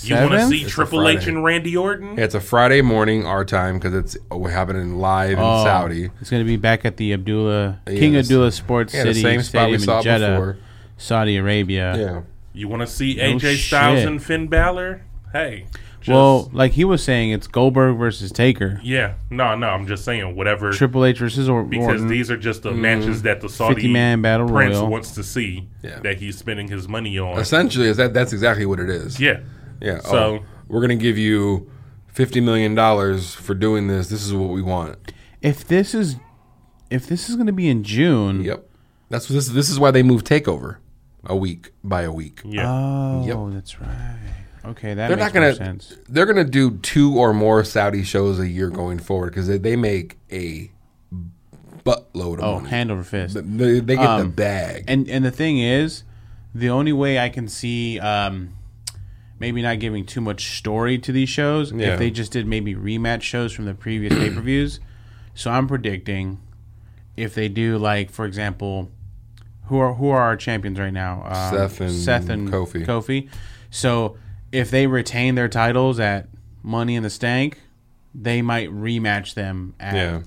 You want to seventh. see Triple H Friday. and Randy Orton? Yeah, it's a Friday morning our time because it's oh, happening live Oh. in Saudi. Oh, It's going to be back at the Abdullah King Yes. Abdullah Sports Yeah, the City same spot we Stadium saw in Jeddah, before. Saudi Arabia. Yeah. You want to see No AJ Styles shit. and Finn Balor? Hey, just, Well, like he was saying, it's Goldberg versus Taker, yeah, no, no. I'm just saying whatever Triple H versus or- because Orton. these are just the matches that the Saudi 50-man battle prince royal. wants to see Yeah. that he's spending his money on. Essentially, is that that's exactly what it is. Yeah, Yeah. So So- we're gonna give you fifty million dollars for doing this. This is what we want. if this is if this is going to be in June, Yep. That's this. This is why they moved Takeover a week by a week. yeah. Oh, Yep. that's right. Okay, that They're makes not gonna. more sense. They're gonna do two or more Saudi shows a year going forward because they, they make a buttload of Oh, money. hand over fist. they, they get the bag. And and the thing is, the only way I can see um, maybe not giving too much story to these shows Yeah. if they just did maybe rematch shows from the *clears throat* previous pay per views. So I'm predicting if they do like, for example, who are who are our champions right now? Um, Seth and Kofi. Kofi. So if they retain their titles at Money in the Stank, they might rematch them at Yeah.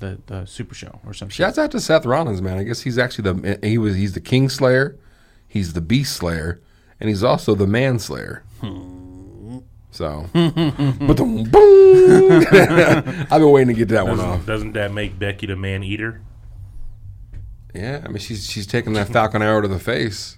the, the Super Show or something. Shouts out to Seth Rollins, man. I guess he's actually the he was he's the King Slayer, he's the Beast Slayer, and he's also the Man Slayer. Hmm. *laughs* So, but *laughs* boom! I've been waiting to get that one off. Doesn't that make Becky the man eater? Yeah, I mean she's she's taking that falcon arrow to the *laughs* face,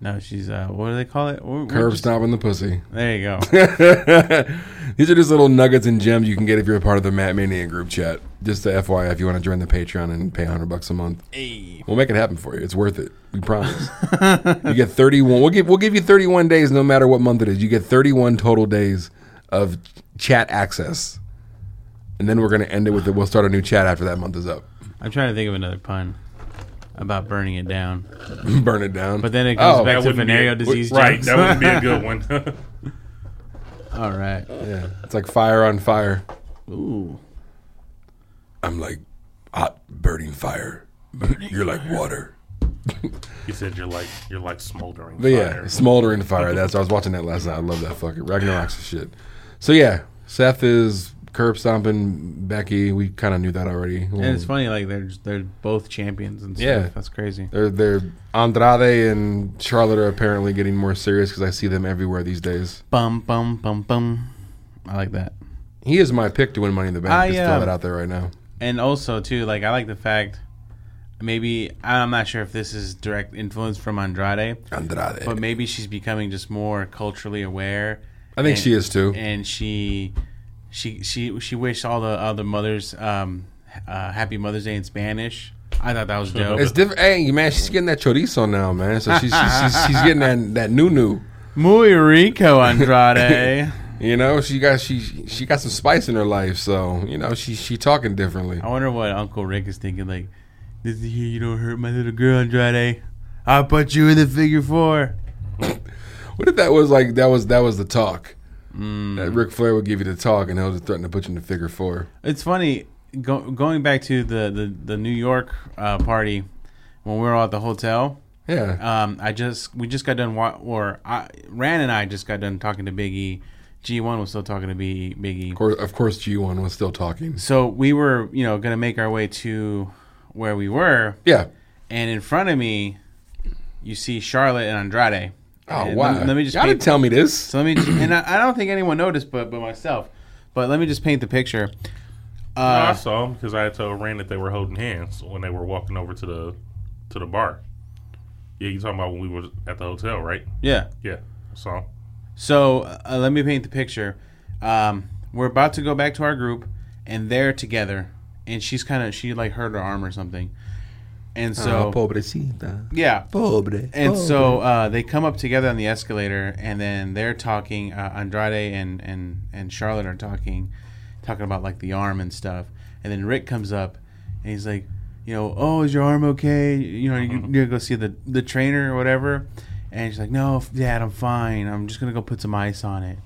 No, she's uh, what do they call it? What- what- curb stomping the pussy. There you go. *laughs* These are just little nuggets and gems you can get if you're a part of the Matt Mania group chat. Just the FYI, if you want to join the Patreon and pay 100 bucks a month, we'll make it happen for you. It's worth it. We promise. *laughs* you get 31. We'll give we'll give you 31 days, no matter what month it is. You get 31 total days of chat access, and then we're gonna end it with it. We'll start a new chat after that month is up. *laughs* I'm trying to think of another pun about burning it down, Burn it down. but then it goes Oh. back to wouldn't be venereal a- disease. Right, jokes. that wouldn't be a good one. *laughs* All right. yeah, it's like fire on fire. Ooh. I'm like hot burning fire. You're like water. you said you're like you're like smoldering. But yeah, fire. smoldering fire. That's I was watching that last night. I love that fucking Ragnarok's the shit. So yeah, Seth is curb stomping Becky. We kind of knew that already. And it's funny, like they're just, they're both champions and stuff. Yeah. that's crazy. They're they're Andrade and Charlotte are apparently getting more serious because I see them everywhere these days. Bum bum bum bum. I like that. He is my pick to win Money in the Bank. I, Just throw uh, that out there right now. And also too, like I like the fact. Maybe I'm not sure if this is direct influence from Andrade, Andrade. but maybe she's becoming just more culturally aware. I think and- she is too. And she, she, she, she wished all the other mothers um, uh, happy Mother's Day in Spanish. I thought that was dope. It's different. Hey man, she's getting that chorizo now, man. So she's she's, she's, she's getting that that new new. Muy rico, Andrade. *laughs* You know, she got she she got some spice in her life. So you know, she she talking differently. I wonder what Uncle Rick is thinking. Like, this is here. You don't hurt my little girl, Andrade. I'll put you in the figure four. What if that was like that was that was the talk? Mm. That Ric Flair would give you the talk, and he'll just threaten to put you in the figure four. It's funny go, going back to the the, the New York uh, party when we were all at the hotel. Yeah, Um, I just we just got done wa- or I, Ran and I just got done talking to Biggie. G one was still talking to B Biggie. of course, of course, G one was still talking. So we were you know gonna make our way to where we were, Yeah, and in front of me, you see Charlotte and Andrade. oh And wow, Let, let me just you gotta paint- tell me this. So let me, and I, I don't think anyone noticed, but but myself. But let me just paint the picture. I saw them because I had told Rand that they were holding hands when they were walking over to the to the bar. Yeah, you talking about when we were at the hotel, right? Yeah. Yeah, I saw 'em. So uh, let me paint the picture. Um, we're about to go back to our group, and they're together. And she's kind of she like hurt her arm or something, and Oh, so Ah, pobrecita, yeah. pobre. And so uh, they come up together on the escalator, and then they're talking. Uh, Andrade and, and and Charlotte are talking, talking about like the arm and stuff. And then Rick comes up, and he's like, you know, oh, is your arm okay? You know, you, you gonna go see the the trainer or whatever. And she's like, no, Dad, I'm fine. I'm just gonna go put some ice on it.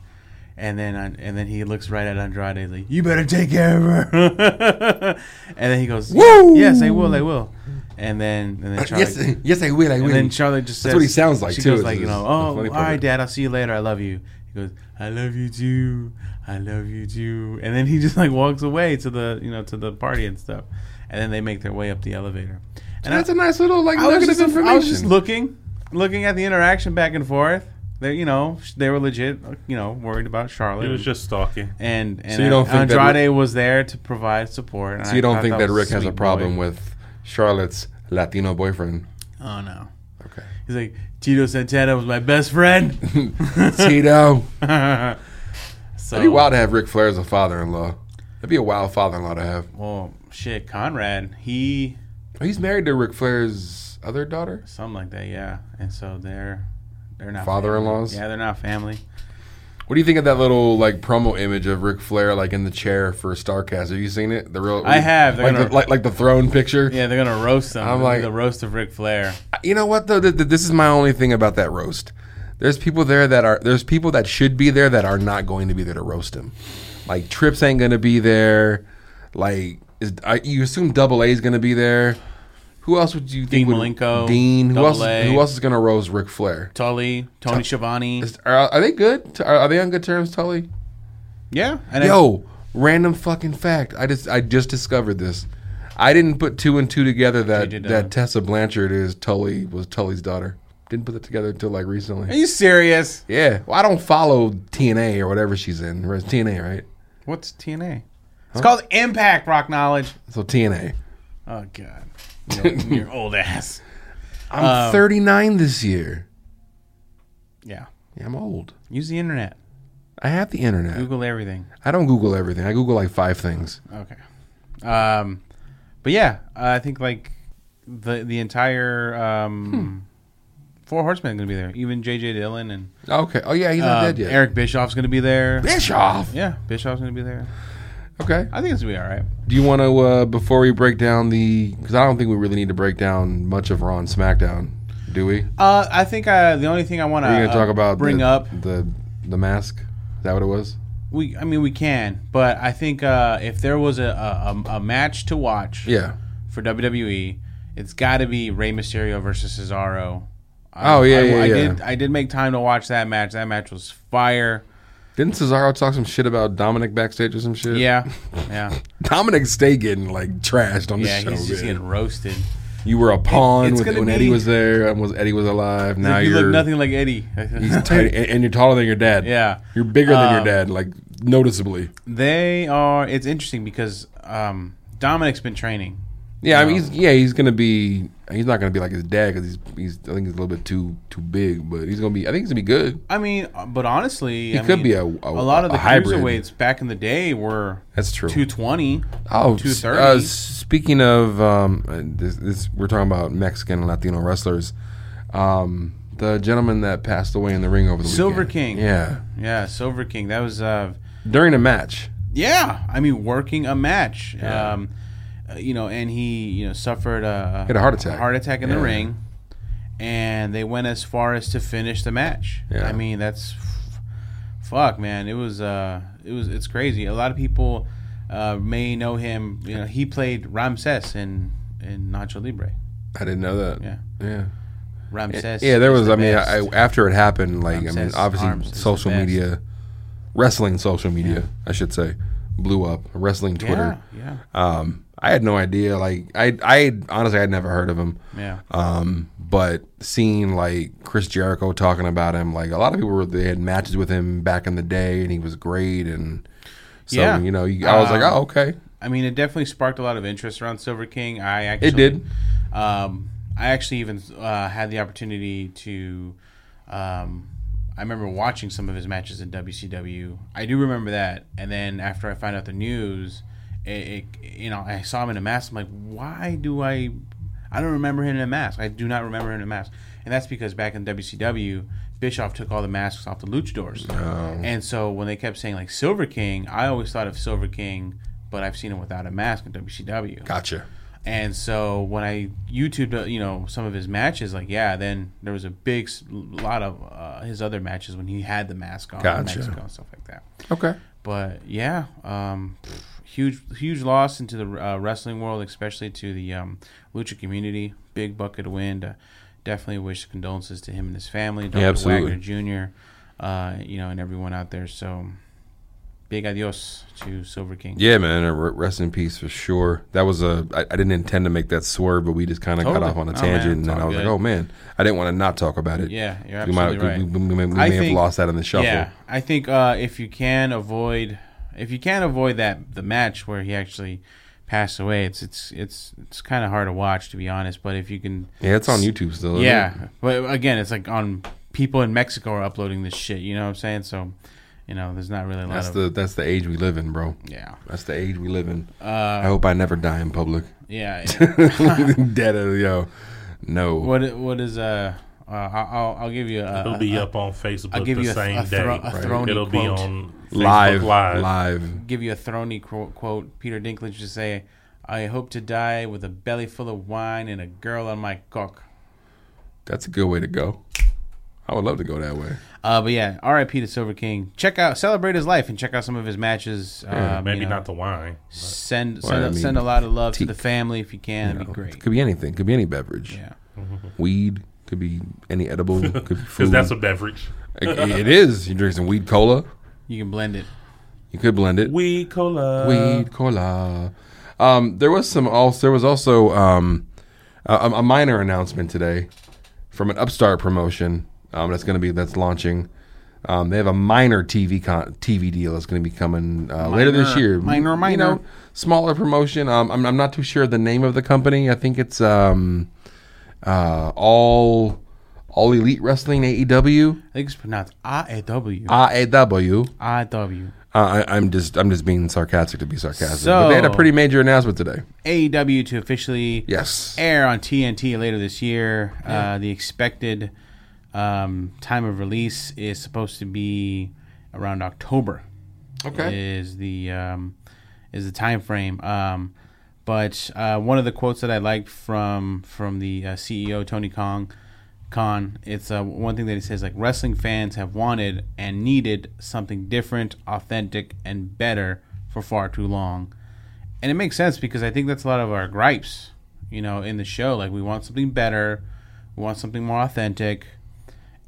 And then uh, and then he looks right at Andrade, he's like, "You better take care of her." *laughs* and then he goes, Woo! "Yes, I will, I will." And then and then *laughs* Charlie, yes, eh, yes, I will. I will. and then Charlotte just says, That's what he sounds like she too. Goes is- like you is know, the oh, all funny part right, of it. Dad, I'll see you later. I love you. He goes, I love you too. I love you too. And then he just like walks away to the you know to the party and stuff. And then they make their way up the elevator. And That's a nice little like I was nugget of just, information. I was just looking, looking at the interaction back and forth. They, you know, sh- they were legit, you know, worried about Charlotte. It was just stalking. and and So you don't think that Andrade was there to provide support. and so I you don't thought think that was Rick has a sweet boy. problem with Charlotte's Latino *laughs* boyfriend? Oh no, Okay, he's like Tito Santana was my *laughs* best friend. Tito. So It'd be wild to have Ric Flair as a father-in-law. That'd be a wild father-in-law to have. Well, shit, Conrad, he He's married to Ric Flair's other daughter. something like that, yeah. And so they're they're not Father-in-laws? family. Yeah, they're not family. What do you think of that little like promo image of Ric Flair like in the chair for Starcast? Have you seen it? The real I have. They're like, gonna- the, like like the throne picture. Yeah, they're gonna roast them. I'm It'll be like- the roast of Ric Flair. You know what though? Th- th- This is my only thing about that roast. There's people there that are there's people that should be there that are not going to be there to roast him. Like Trips ain't gonna be there. Like is, I, you assume Double A is gonna be there. Who else would you Dean think? would- Malenko, Dean. Who Double else? A. Who else is gonna roast Ric Flair? Tully, Tony Schiavone. Is- are, are they good? Are, are they on good terms, Tully? yeah, and I, Yo, random fucking fact. I just I just discovered this. I didn't put two and two together that did that not. Tessa Blanchard is Tully was Tully's daughter. Didn't put that together until like are recently. you serious? Yeah. Well, I don't follow TNA or whatever she's in. Or It's TNA, right? What's TNA? It's called Impact Rock Knowledge. So TNA. *laughs* Oh god, You know, your old ass. I'm Um, 39 this year. Yeah. Yeah, I'm old. Use the internet. I have the internet. Google everything. I don't Google everything. I Google like five things. Okay. Um, but yeah, I think like the the entire um, four horsemen are going to be there. Even J.J. Dillon and Okay. Oh yeah, he's not um, dead yet. Eric Bischoff's going to be there. Bischoff. Yeah, Bischoff's going to be there. Okay. I think it's going to be all right. Do you want to uh, before we break down the? Because I don't think we really need to break down much of Raw and SmackDown, do we? Uh, I think uh, the only thing I want Are you going to to talk about bring the, up the the mask? Is that what it was? we I mean we can, but I think uh, if there was a, a a- a match to watch Yeah. for WWE, it's got to be Rey Mysterio versus Cesaro. I- Oh, yeah, I, yeah, I yeah. did I did make time to watch that match. That match was fire. Didn't Cesaro talk some shit about Dominic backstage or some shit? Yeah, *laughs* yeah, Dominic stay getting like trashed on the yeah. show. he's just man. getting roasted. you were a pawn it's with, gonna when be- Eddie was there and was Eddie was alive. Now you are look nothing like Eddie. *laughs* He's tiny, and, and you're taller than your dad. Yeah. You're bigger than your Um, dad, like noticeably. they are. It's interesting because um, Dominic's been training. Yeah, I mean, he's, Um, yeah, he's gonna be. He's not gonna be like his dad because he's, he's. I think he's a little bit too too big, but he's gonna be. I think he's gonna be good. I mean, uh, but honestly, He I could mean, be a- a- lot of a the hybrid. cruiserweights back in the day were That's true. two twenty. Oh, two s- thirty. Uh, speaking of, um, uh, this, this we're talking about Mexican and Latino wrestlers. Um, the gentleman that passed away in the ring over the Silver weekend. King. Yeah, yeah, Silver King. That was uh, during a match. yeah. I mean, working a match. Um, uh, you know, and he you know suffered a, Had a heart attack. heart attack in the Yeah. ring, and they went as far as to finish the match. Yeah. I mean, that's fuck, man. It was uh, it was it's crazy. A lot of people uh, may know him. You know, he played Ramses in in Nacho Libre. I didn't know that. Yeah. yeah. Ramses. Yeah, there is was. the I mean, best. I, after it happened, like I mean, Ramses Arms is obviously the social best. media, wrestling social media, I should say, blew up. Wrestling Twitter. Yeah, yeah, Um, I had no idea. Like I, I honestly, I'd never heard of him. yeah. Um, but seeing like Chris Jericho talking about him, like a lot of people were they had matches with him back in the day, and he was great. And so Yeah. you know, you, I was like, Um, oh okay, I mean, it definitely sparked a lot of interest around Silver King. I actually it did. Um, I actually even uh, had the opportunity to. Um, I remember watching some of his matches in WCW. I do remember that. And then after I found out the news, it, it you know I saw him in a mask. I'm like, why do I? I don't remember him in a mask. I do not remember him in a mask. And that's because back in WCW, Bischoff took all the masks off the luchadors. And so when they kept saying like Silver King, I always thought of Silver King, but I've seen him without a mask in WCW. Gotcha. And so when I YouTubed, uh, you know, some of his matches, like yeah, then there was a big s- lot of uh, his other matches when he had the mask on, in Gotcha. Mexico and stuff like that. Okay. But yeah, um, pff, huge huge loss into the uh, wrestling world, especially to the um, lucha community. Big bucket of wind. Uh, definitely wish condolences to him and his family, Dr. absolutely. Wagner Jr. Uh, you know, and everyone out there. So big adios to Silver King. Yeah, man. uh, re- Rest in peace for sure. That was a. I, I didn't intend to make that swerve, but we just kind of cut Totally. off on a No, man, tangent, it's and then I all was like, good. oh man, I didn't want to not talk about it. Yeah, you're we might absolutely right. we, we, we may- we I may have think- lost that in the shuffle. Yeah, I think uh, if you can avoid, if you can avoid that the match where he actually passed away, it's it's it's it's kind of hard to watch to be honest. But if you can, Yeah, it's on YouTube still. isn't it? yeah. But again, it's like on people in Mexico are uploading this shit. You know what I'm saying? So, you know, there's not really a lot that's of the that's the age we live in, bro. yeah, Uh, That's the age we live in. I hope I never die in *laughs* public. *laughs* yeah. Dead as yo. No. what i- what is uh, uh I'll I'll- I'll give you a, It'll be up on Facebook I'll give the you a- same a day. thro- a throny It'll be quote. on Facebook live, live. live, give you a throny quote, quote Peter Dinklage to say. I hope to die with a belly full of wine and a girl on my cock. That's a good way to go. I would love to go that way. Uh, but yeah, R.I.P. to Silver King. Check out, celebrate his life, and check out some of his matches. Uh, Maybe not the wine. Send Well, send, I mean, send a lot of love teak. to the family if you can. That'd be It great. could be anything. Could be any beverage. Yeah, Weed. Could be any *laughs* edible. Could be food. Because that's a beverage. It- it is. You drink some weed cola. you can blend it. You could blend it. We cola. Weed cola. Um, there was some. Also, there was also um, a, a minor announcement today from an upstart promotion um, that's going to be that's launching. Um, they have a minor TV con- TV deal that's going to be coming uh, later this year. minor, You minor. know, smaller promotion. Um, I'm, I'm not too sure of the name of the company. I think it's um, uh, all all Elite Wrestling E AEW I think it's pronounced IAW. AEW. IAW. E Uh, I, I'm just I'm just being sarcastic to be sarcastic. but So- they had a pretty major announcement today. AEW E to officially Yes. air on TNT later this year. Uh, the expected um, time of release is supposed to be around October. Is the um, is the time frame. Um, but uh, one of the quotes that I liked from from the uh, CEO Tony Kong Khan, it's uh, one thing that he says like wrestling fans have wanted and needed something different, authentic, and better for far too long and it makes sense because I think that's a lot of our gripes, you know, in the show. Like we want something better, we want something more authentic,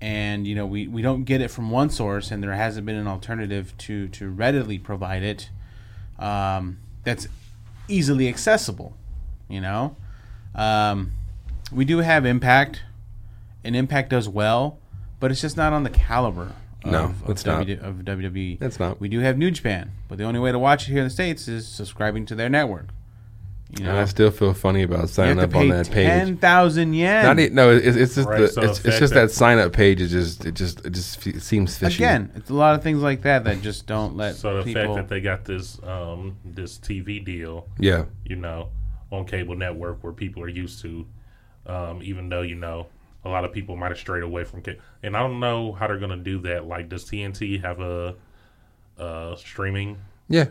and you know, we, we don't get it from one source, and there hasn't been an alternative to to readily provide it um, that's easily accessible. You know, um, we do have Impact, and Impact does well, but it's just not on the caliber. Of, No, of it's not. WD of WWE. It's not. We do have New Japan, but the only way to watch it here in the states is subscribing to their network. You know, And I still feel funny about you have signing to up on pay that page. ten thousand yen. Not e- no, it's, it's just Right, the, so it's, it's affect just that- that sign up page. It just it just it just fe- seems fishy. Again, it's a lot of things like that that just don't let So the people. fact that they got this um, this TV deal, yeah, you know, on cable network where people are used to, um, even though you know a lot of people might have strayed away from cable. And I don't know how they're gonna do that. Like, does TNT have a, uh streaming? yeah.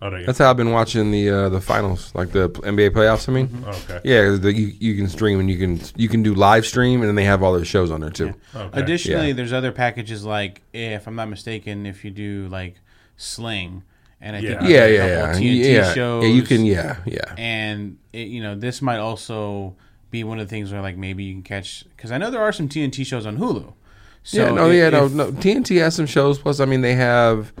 Oh, they, That's how I've been watching the uh, the finals, like the pl- NBA playoffs. I mean, Mm-hmm. Oh, okay. yeah, the, you you can stream and you can you can do live stream, and then they have all their shows on there too. Okay. Additionally, Yeah. there's other packages like eh, if I'm not mistaken, if you do like Sling, and I think Yeah. you Yeah, get a yeah, couple yeah, of TNT yeah, shows. yeah. You can, yeah, yeah. and it, you know this might also be one of the things where like maybe you can catch because I know there are some TNT shows on Hulu. So yeah, no, i- yeah, no, if- no. TNT has some shows. Plus, I mean, they have,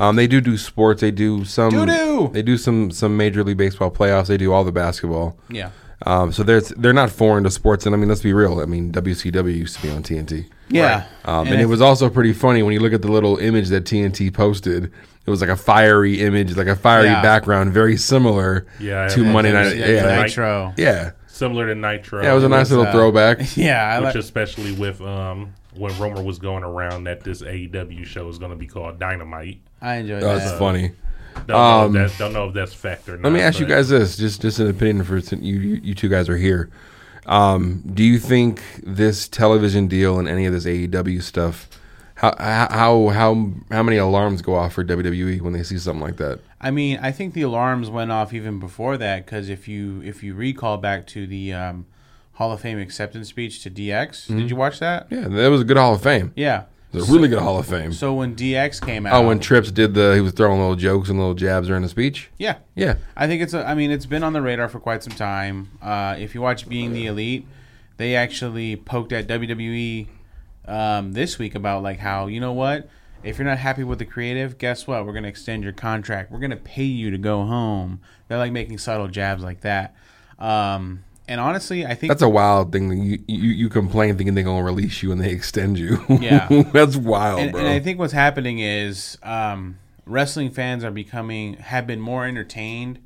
um, they do do sports. They do some, Doo-doo! they do some some major league baseball playoffs. They do all the basketball. Yeah. Um, so there's they're not foreign to sports, and I mean, let's be real. I mean, WCW used to be on TNT. Yeah. Um, and, I it was also pretty funny when you look at the little image that TNT posted. It was like a fiery image, like a fiery Yeah. background, very similar Yeah, to yeah, Monday yeah, Night. yeah, Yeah, yeah. yeah, uh, Nitro. yeah. Similar to Nitro. it was a nice little uh, throwback. Yeah, I Which like. especially with um, when rumor was going around that this AEW show is going to be called Dynamite. I enjoyed That that. was funny. Don't, know, if that's, don't know if that's fact or not. Um, Let me ask you but- guys this, just just an opinion for since you you you two guys are here. Um, do you think this television deal and any of this AEW stuff, how how how how many alarms go off for WWE when they see something like that? I mean, I think the alarms went off even before that because if you if you recall back to the um, Hall of Fame acceptance speech to DX, Mm-hmm. did you watch that? Yeah, that was a good Hall of Fame. Yeah. It was a really good Hall of Fame. So when DX came out, oh, when Trips did the he was throwing little jokes and little jabs during the speech. yeah, Yeah, I think it's. A, I mean, it's been on the radar for quite some time. Uh, if you watch Being the Elite, they actually poked at WWE um, this week about like how you know what. If you're not happy with the creative, guess what? We're gonna extend your contract. We're gonna pay you to go home. They're like making subtle jabs like that. Um, and honestly, I think that's a wild thing. that You you, you complain thinking they're gonna release you and they extend you. Yeah. *laughs* that's wild, and, Oh, bro. and I think what's happening is um, wrestling fans are becoming have been more entertained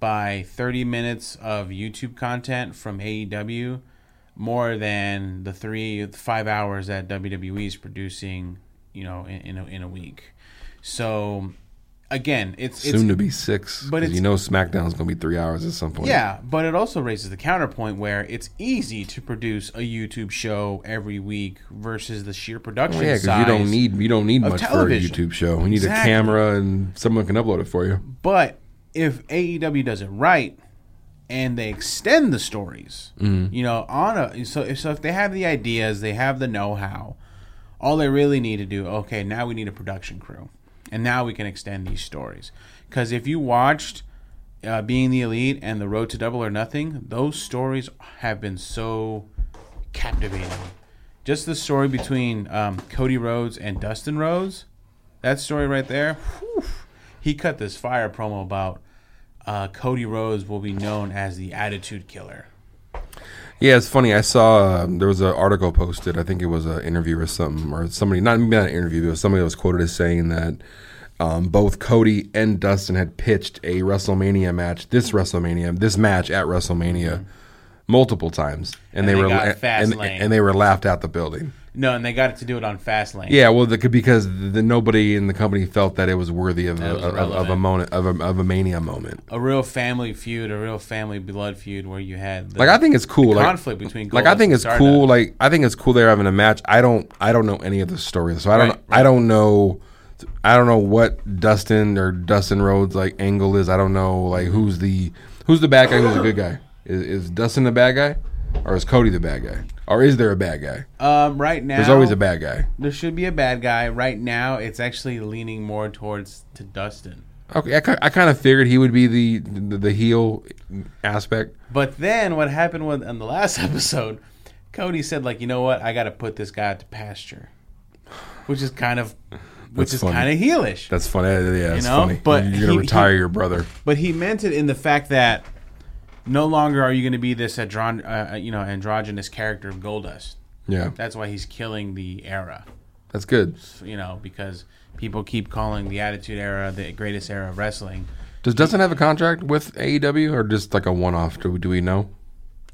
by 30 minutes of YouTube content from AEW more than the three five hours that WWE is producing, you know, in in a, in a week. So again, it's it's Soon to be six, but but it's- you know SmackDown's gonna be three hours at some point. yeah, but it also raises the counterpoint where it's easy to produce a YouTube show every week versus the sheer production Oh, Yeah, because you don't size. need you don't need of much for television. a YouTube show. You need Exactly. a camera and someone can upload it for you. But if AEW does it right and they extend the stories, you know, on a so if, so if they have the ideas, they have the know-how. All they really need to do, okay, now we need a production crew, and now we can extend these stories. Because if you watched uh, Being the Elite and The Road to Double or Nothing, those stories have been so captivating. Just the story between um, Cody Rhodes and Dustin Rhodes, that story right there. whew, he cut this fire promo about uh, Cody Rhodes will be known as the Attitude Killer. Yeah, it's funny. I saw um, there was an article posted. I think it was an interview or something, or somebody not maybe not an interview, but somebody was quoted as saying that um, both Cody and Dustin had pitched a WrestleMania match, this WrestleMania, this match at WrestleMania, multiple times, and, they, they were got la- and, Fastlane. and they were laughed out the building. No, and they got it to do it on Fastlane. Yeah, well, the, because the, nobody in the company felt that it was worthy of, a, was of, of a relevant. moment of a, of a mania moment. a real family feud, a real family blood feud where you had the, Like I think it's cool. Like, conflict between like I Goldust think and it's cool. Stardust. Like I think it's cool they're having a match. I don't I don't know any of the story, so I don't Right, I don't know I don't know what Dustin or Dustin Rhodes like angle is. I don't know like Mm-hmm. who's the who's the bad guy, who's the good guy. Is, is Dustin the bad guy, or is Cody the bad guy, or is there a bad guy? um, right now There's always a bad guy. There should be a bad guy. Right now, it's actually leaning more towards to Dustin. Okay, I, ki- I kind of figured he would be the the, the heel aspect. But then what happened with on the last *laughs* episode, Cody said like, you know what, I got to put this guy out to pasture, which is kind of, which That's is funny. kind of heelish. That's funny. Yeah, that's know, funny. but you're gonna he- retire he- your brother. but he meant it in the fact that no longer are you going to be this andron- uh, you know androgynous character of Goldust. Yeah, That's why he's killing the era, that's good. you know, because people keep calling the Attitude Era the greatest era of wrestling. Does Dustin have a contract with AEW or just like a one off? Do, do we know?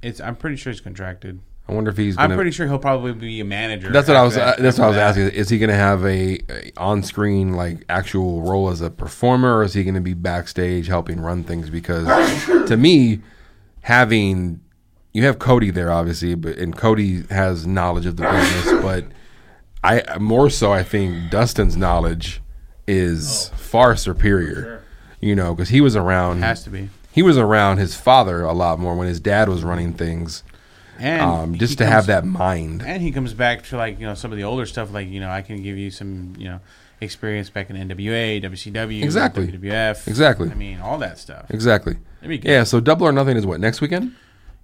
It's I'm pretty sure he's contracted. I wonder if he's. Gonna, I'm pretty sure he'll probably be a manager. That's what I was. after Uh, that- that's what I was after asking. Is he going to have a, a on screen like actual role as a performer, or is he going to be backstage helping run things? Because to me, having you have Cody there, obviously, but and Cody has knowledge of the *laughs* business, but I more so, I think Dustin's knowledge Oh. is far superior. You know, because he was around. that. Has to be. he was around his father a lot more when his dad was running things. And Um, he just to comes- have that mind. And he comes back to like you know some of the older stuff, like you know I can give you some you know experience back in NWA, WCW, Exactly. WWF, Exactly. I mean all that stuff. Exactly. That'd be good. Yeah. So double or nothing is what next weekend.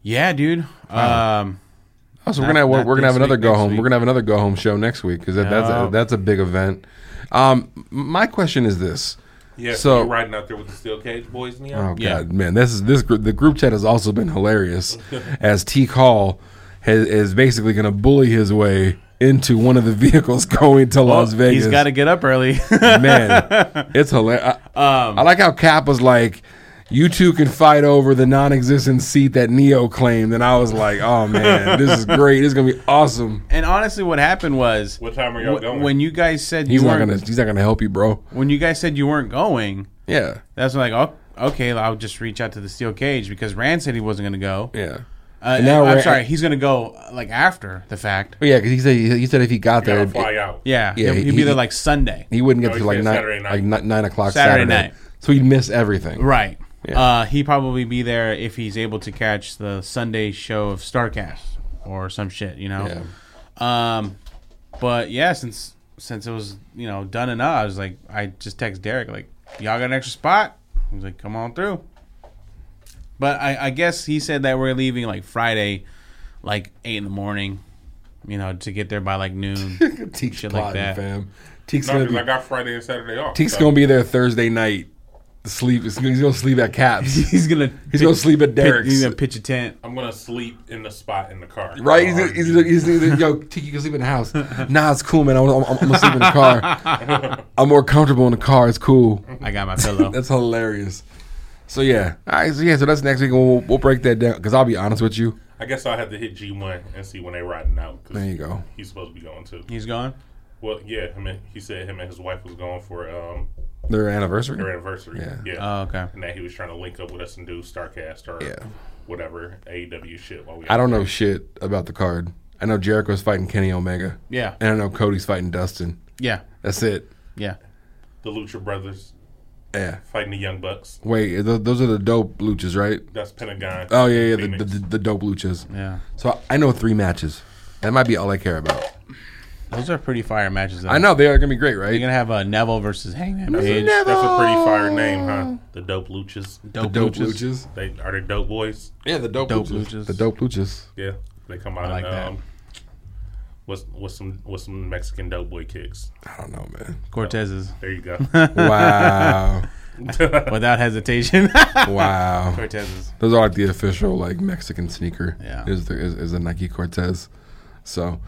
Yeah, dude. Um, Oh, so we're Not- gonna have, not we're gonna this have another week, go next home. week. We're gonna have another go home show next week because that, that's a, No. that's a big event. Um, my question is this. Yeah, So- so you riding out there with the steel cage boys now? Oh Yeah. God, man, this is this group. The group chat has also been *laughs* hilarious, as T Call has, is basically gonna bully his way into one of the *laughs* vehicles going to Las Vegas. Oh, He's got to get up early. *laughs* man, it's hilarious. I, I like how Cap was like, "You two can fight over the non-existent seat that Neo claimed," and I was like, "Oh man, this is great. This is gonna be awesome." and honestly, what happened was What time are y'all wh- going? when you guys said He's you not weren't gonna. He's not gonna help you, bro. when you guys said you weren't going. Yeah, That's when like oh okay, I'll just reach out to the steel cage because Rand said he wasn't gonna go. yeah. Uh, And now I'm Rand- sorry, he's gonna go uh, like after the fact. But yeah, because he said he said if he got there, Gotta it- fly out. Yeah, Yeah, he'll- he'd he- be there like Sunday. he wouldn't get No, to he like said nine, Saturday night. like ni- nine o'clock Saturday, Saturday night. night. So he'd miss everything. Right. Yeah. Uh, he'd probably be there if he's able to catch the Sunday show of Starcast or some shit, you know. Um, but yeah, since since it was you know done and up, I was like, I just text Derek like, y'all got an extra spot? He was like, come on through. But I, I guess he said that we're leaving like Friday, like eight in the morning, you know, to get there by *laughs* like noon. Teek's Shit like plotting, that. fam. Teek's No, gonna "Oh, 'cause I be got Friday and Saturday off. Teek's so- gonna be there Thursday night. Sleep. He's gonna sleep at Caps. *laughs* he's gonna He's gonna sleep at pit- Derek's. he's gonna pitch a tent. I'm gonna sleep in the spot in the car. Right? Uh, He's, he's, he's, he's, he's, yo, Tiki, you can sleep in the *laughs* house. Nah, it's cool, man. I'm, I'm, I'm gonna sleep in the car. *laughs* I'm more comfortable in the car. It's cool. I got my pillow. *laughs* That's hilarious. So yeah, all right. So yeah, so that's next week, and we'll, we'll break that down. Because I'll be honest with you, I guess I'll have to hit G1 and see when they riding out. 'cause There you go. He's supposed to be going too. he's gone. Well, yeah, I mean, he said him and his wife was going for um their their anniversary. anniversary. Yeah. Yeah. Oh, okay. And that he was trying to link up with us and do Starcast or Yeah. whatever AEW shit. While we I don't know shit about the card. I know Jericho's fighting Kenny Omega. Yeah. and I know Cody's fighting Dustin. Yeah. That's it. Yeah. the Lucha Brothers Yeah. fighting the Young Bucks. Wait, th- those are the dope luchas, right? That's Pentagon. Oh yeah, yeah, the, Phoenix. the, the dope luchas. Yeah. So I know three matches. That might be all I care about. Those are pretty fire matches. Though. I know they are gonna be great, right? You're gonna have a Neville versus Hangman that's, a, Page. that's a pretty fire name, huh? The Dope Luchas. Oh. Dope, dope luchas. luchas. They are they dope boys? Yeah, the dope, Dope luchas. luchas. The dope luchas. Yeah, they come out I like and, that. um, with with some with some Mexican dope boy kicks. I don't know, man. *laughs* Cortez's. There you go. Wow. *laughs* without hesitation. *laughs* Wow. Cortez's. Those are like the official like Mexican sneaker. Yeah. is the, is, is a Nike Cortez. So,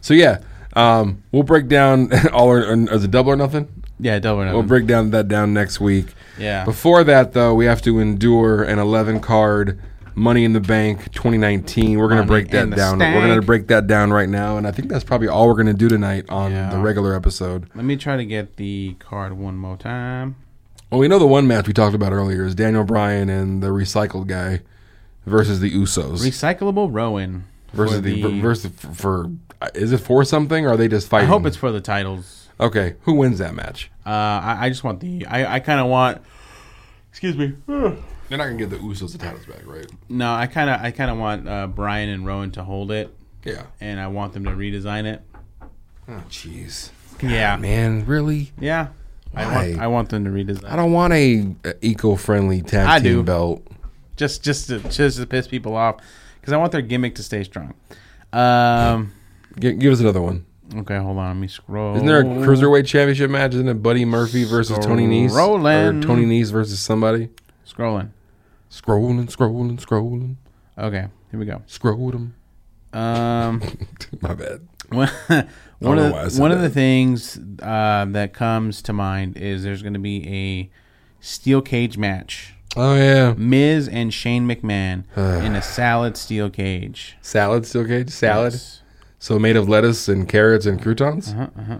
so yeah, um, we'll break down *laughs* all or, or as a double or nothing. Yeah, double or nothing. We'll break down that down next week. Yeah. Before that though, we have to endure an 11 card Money in the Bank 2019. We're gonna Money break that in the down. We're gonna stank. break that down right now, and I think that's probably all we're gonna do tonight on Yeah. the regular episode. Let me try to get the card one more time. Well, we know the one match we talked about earlier is Daniel Bryan and the recycled guy versus the Usos. Recyclable Rowan versus for the, versus for, for is it for something or are they just I fighting? hope it's for the titles. okay. Who wins that match? Uh, I, I just want the. I, I kind of want. Excuse me. They're not gonna give the Usos the titles back, right? No, I kind of I kind of want uh, Brian and Rowan to hold it, Yeah. and I want them to redesign it. Oh, Jeez, Yeah, man, really? yeah. I want Why? I want them to redesign. I don't want a, a eco-friendly tag I team do. belt. just just to just to piss people off because I want their gimmick to stay strong. Um. Gi- give us another one. Okay, hold on. Let me scroll. Isn't there a cruiserweight championship match? Isn't it Buddy Murphy versus Tony Nese Scrolling. or Tony Nese versus somebody? scrolling? Scrolling, scrolling, scrolling, Okay, here we go. *laughs* scrotum. Um. *laughs* My bad. one one know of why I the, said one of the that. things uh, that comes to mind is there's going to be a steel cage match. Oh yeah, Miz and Shane *sighs* McMahon in a salad steel cage. salad still cage salad. Yes. So made of lettuce and carrots and croutons. Uh-huh,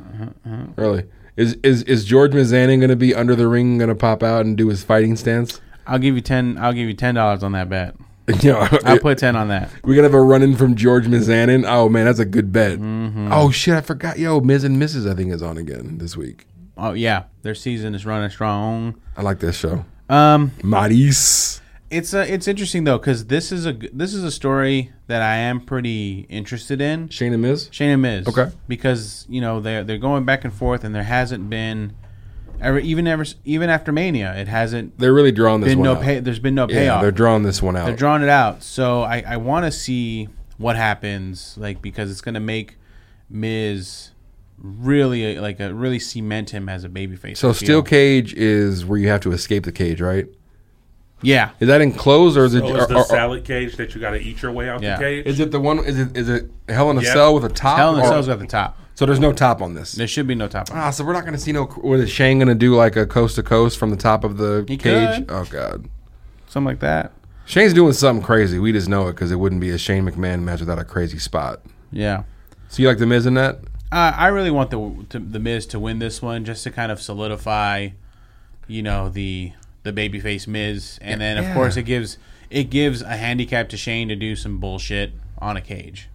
Really? Is is is George Mizanin going to be under the ring? Going to pop out and do his fighting stance? *laughs* I'll give you ten. I'll give you ten dollars on that bet. you know, I'll put ten on that. we're gonna have a run in from George Mizanin. Oh man, that's a good bet. Mm-hmm. Oh shit, I forgot. Yo, Miz and Mrs. I think is on again this week. Oh yeah, their season is running strong. I like this show. Um, Maris. it's uh, it's interesting though because this is a g- this is a story that I am pretty interested in. Shane and Miz. Shane and Miz. Okay. Because you know they're they're going back and forth, and there hasn't been ever even ever even after Mania, it hasn't They're really drawing this been one no out. pay. There's been no yeah, payoff. they're drawing this one out. They're drawing it out. So I I want to see what happens, like because it's gonna make Miz really uh, like a, really cement him as a babyface. so I steel feel. cage is where you have to escape the cage, right? yeah. Is that enclosed or is it? Oh, it's or- the or- salad cage that you got to eat your way out Yeah. the cage. Is it the one? Is it is it Hell in a Yeah. Cell with a top? Hell in or- the Cell's at the top. So there's no top on this. There should be no top. Ah, so we're not going to see no. What is Shane going to do? Like a coast to coast from the top of the He cage? could. Oh god, Something like that. Shane's doing something crazy. We just know it because it wouldn't be a Shane McMahon match without a crazy spot. Yeah. So you like the Miz in that? Uh, I really want the to, the Miz to win this one just to kind of solidify, you know, the the babyface Miz, and then of course it gives it gives a handicap to Shane to do some bullshit on a cage.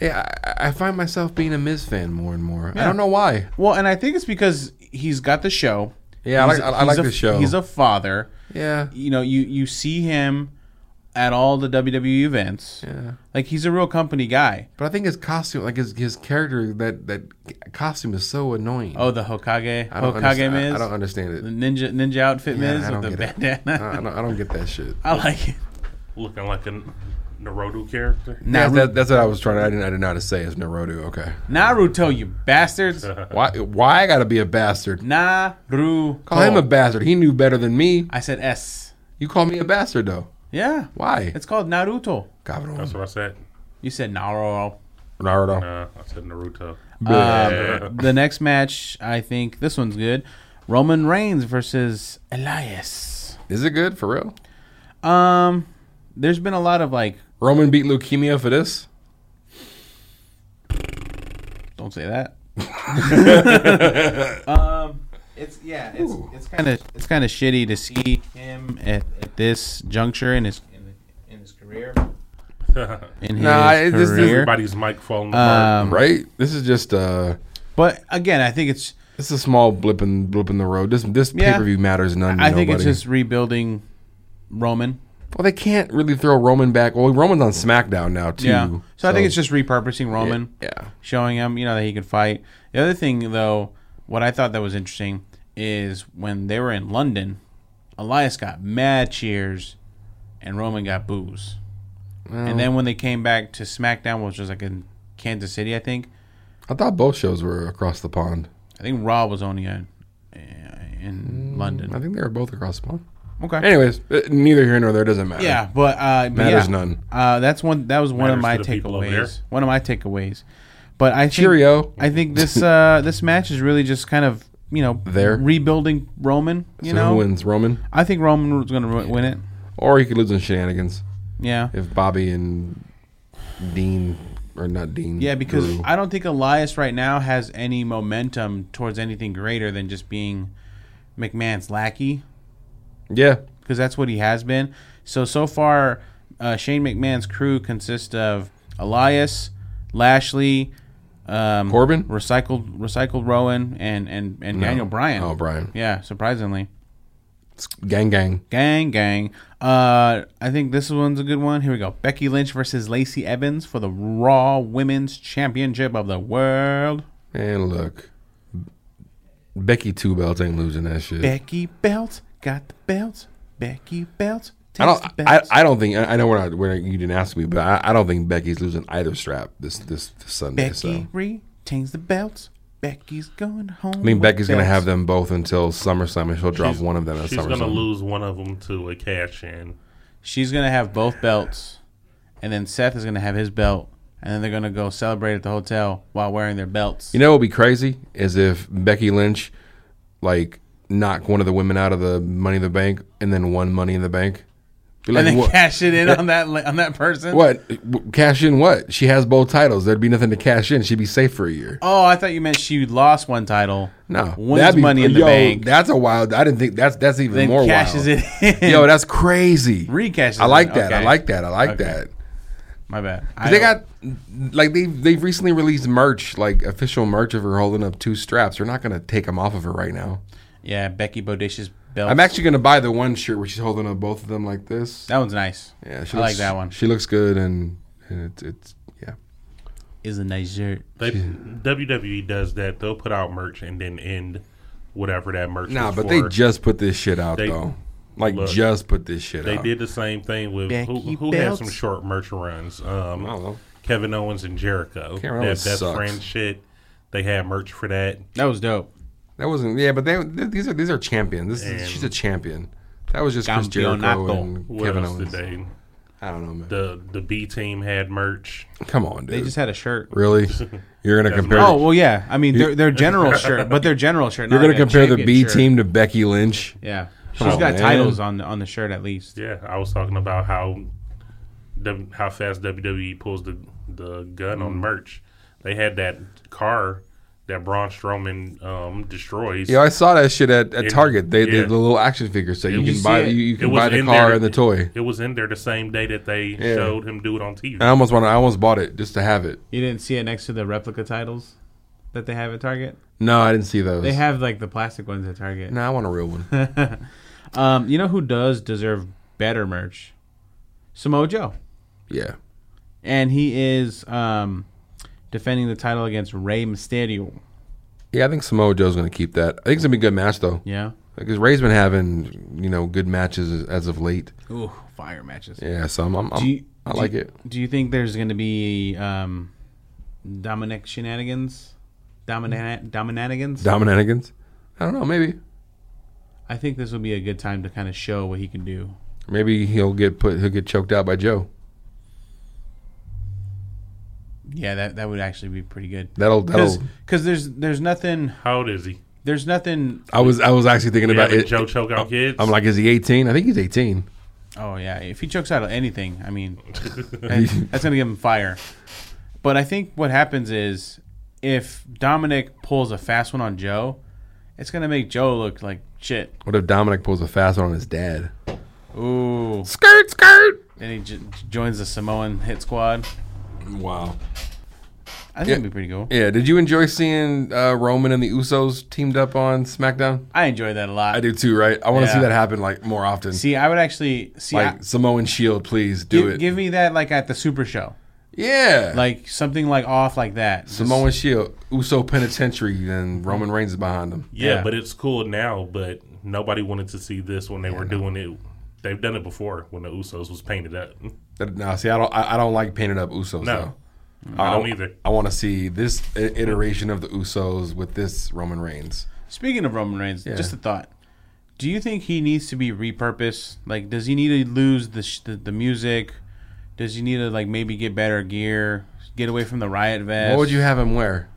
Yeah, I, I find myself being a Miz fan more and more. I don't know why. Well, and I think it's because he's got the show. Yeah, I He's- like- I- I he's like a- the show. He's a father. Yeah, You know, you you see him at all the WWE events. Yeah. Like he's a real company guy. but I think his costume, like his his character, that that costume is so annoying. Oh, the Hokage, I don't Hokage understand- I- Miz. I don't understand it. The ninja ninja outfit Yeah, Miz I don't with the get bandana. it. I I don't, I don't get that shit. *laughs* I like it. Looking like a Naruto character. Yeah, Naruto, that, that's what I was trying. To, I didn't. I didn't know how to say it's Naruto. Okay. Naruto, you bastards. Why? Why I gotta be a bastard? Naruto. Call him a bastard. He knew better than me. I said S. You call me a bastard though. Yeah. Why? It's called Naruto. That's Cabron. what I said. You said Naruto. Naruto. Um, Uh, I said Naruto. The next match, I think this one's good. Roman Reigns versus Elias. Is it good for real? Um, there's been a lot of like, Roman beat leukemia for this. don't say that. um, it's yeah, it's it's kind of it's kind of shitty to see him at, at this juncture in his in, in his career. In his Nah, it- this- this- career. Everybody's mic falling apart. Hmm. right. This is just uh But again, I think it's This is a small blip in blip in the road. This this Yeah. pay per view matters none. To I think it's nobody. just rebuilding Roman. well they can't really throw Roman back. Well Roman's on SmackDown now too. Yeah. So, I think it's just repurposing yeah, Roman, Yeah. showing him, you know, that he could fight. The other thing though, what I thought that was interesting is when they were in London, Elias got mad cheers and Roman got boos. and then when they came back to SmackDown, which was like in Kansas City, I think. I thought both shows were across the pond. I think Raw was only in, in in London. Mm, I think they were both across the pond. Okay. Anyways, uh, neither here nor there doesn't matter. Yeah, but, uh, but Matters yeah. none. Uh, that's one. That was one of my Matters to the people over there. takeaways. One of my takeaways. But I think, Cheerio. I think this uh, this match is really just kind of you know There. rebuilding Roman. You so know, who wins, Roman? I think Roman was going to win it. Or he could lose in shenanigans Yeah. if Bobby and Dean or not Dean. Yeah, because Drew. I don't think Elias right now has any momentum towards anything greater than just being McMahon's lackey, yeah, because that's what he has been. So so far, uh, Shane McMahon's crew consists of Elias, Lashley, um, Corbin? recycled recycled Rowan, and and and No. Daniel Bryan. Oh, Bryan. Yeah, surprisingly, it's gang gang. gang gang. Uh, I think this one's a good one. Here we go: Becky Lynch versus Lacey Evans for the Raw Women's Championship of the World. And look, Becky Two Belts ain't losing that shit. Becky Belt got the belt. Becky Belt. I takes don't. the I, belt. I don't think. I I know we're not. We're, you didn't ask me, but I, I don't think Becky's losing either strap this this, this Sunday. Becky So retains the belts. Becky's going home. I mean, Becky's gonna have the them both until SummerSlam, and she'll drop She's- one of them at She's SummerSlam. gonna lose one of them to a cash in. She's gonna have both belts, and then Seth is gonna have his belt, and then they're gonna go celebrate at the hotel while wearing their belts. You know what would be crazy is if Becky Lynch like knocked one of the women out of the Money in the Bank and then won Money in the Bank. Be like, and then what? cash it in on that li- on that person. what? W- Cash in what? She has both titles. There'd be nothing to cash in. She'd be safe for a year. Oh, I thought you meant she lost one title. No, wins That'd be- money in the yo, bank, That's a wild. I didn't think that's that's even then more cashes wild. it in. Yo, that's crazy. Recashes I like it. that. I Okay. like that. I like Okay. that. *laughs* My bad. 'Cause I They don't- got like they they've recently released merch, like official merch of her holding up two straps. They're not gonna take them off of her right now. yeah Becky Bodacious belt. I'm actually gonna buy the one shirt where she's holding up both of them like this. that one's nice. Yeah, I like that one. She looks good, and, and it's it's yeah. Is a nice shirt. They WWE does that. They'll put out merch and then end whatever that merch. Nah, was but for. they just put this shit out They- though. Like look, just put this shit They out. did the same thing with Becky who, who had Belts. some short merch runs. Um, I don't know. Kevin Owens and Jericho. Kevin that Owens best sucks. friend shit. They had merch for that. That was dope. That wasn't yeah, but they th- these are these are champions. This is, she's a champion. That was just Chris Jericho Campeonato. and What Kevin else Owens. did they? I don't know, man. The the B team had merch. Come on, dude. They just had a shirt. *laughs* really. You're gonna compare. Oh well, yeah. I mean, *laughs* their their general shirt, but their general shirt. you're not gonna like a compare the champion B shirt. team to Becky Lynch. Yeah, she's Come on, got man. titles on the, on the shirt at least. Yeah, I was talking about how the, how fast WWE pulls the the gun on Mm-hmm. merch. They had that car that Braun Strowman um, destroys. Yeah, I saw that shit at, at It- Target. They, they yeah. the little action figures, so you you can see buy it? you, you It can was buy the in car there- and the toy. It was in there the same day that they showed him do it on TV. I almost want I almost bought it just to have it. You didn't see it next to the replica titles that they have at Target. No, I didn't see those. They have like the plastic ones at Target. No, I want a real *laughs* one. Um, you know who does deserve better merch? Samoa Joe, yeah. and he is um, defending the title against Rey Mysterio. Yeah, I think Samoa Joe's going to keep that. I think it's going to be a good match, though. Yeah. Because Ray's been having, you know, good matches as of late. Ooh, fire matches. Yeah, so I'm, I'm, I'm Do you- Um, I do like you- it. Do you think there's going to be um, Dominic shenanigans? Dominan- Dominanigans? Dominanicans? I don't know, maybe. I think this will be a good time to kind of show what he can do. Maybe he'll get put, he'll get choked out by Joe. Yeah, that that would actually be pretty good. That'll, that'll. Because there's there's nothing How old is he? there's nothing. I was, I was actually thinking Yeah, about it. Joe choke out kids. I'm like, is he 18? I think he's 18. Oh yeah, if he chokes out anything, *laughs* I mean, that- that's gonna give him fire. But I think what happens is if Dominic pulls a fast one on Joe, it's gonna make Joe look like shit. What if Dominic pulls a fast one on his dad? Ooh. Skirt, skirt. And he j- joins the Samoan hit squad. Wow. I think Yeah. it'd be pretty cool. Yeah. Did you enjoy seeing uh, Roman and the Usos teamed up on SmackDown? I enjoy that a lot. I do too, right? I want to see Yeah. that happen like more often. See, I would actually see. I- like Samoan Shield, please do give, it. give me that like at the Super Show, yeah, like something like off like that. Just- Samoan Shield, Uso Penitentiary, then Roman Reigns is behind them. yeah, yeah. but it's cool now. But nobody wanted to see this when they were doing it. They've done it before when the Usos was painted up. *laughs* That- Now, see, I don't, I, I don't like painted up Usos. No. though. I don't either. I want to see this i- iteration of the Usos with this Roman Reigns. Speaking of Roman Reigns, just a thought. Do you think he needs to be repurposed? Like, does he need to lose the sh- the, the music? Does he need to like maybe get better gear? Get away from the riot vest? What would you have him wear?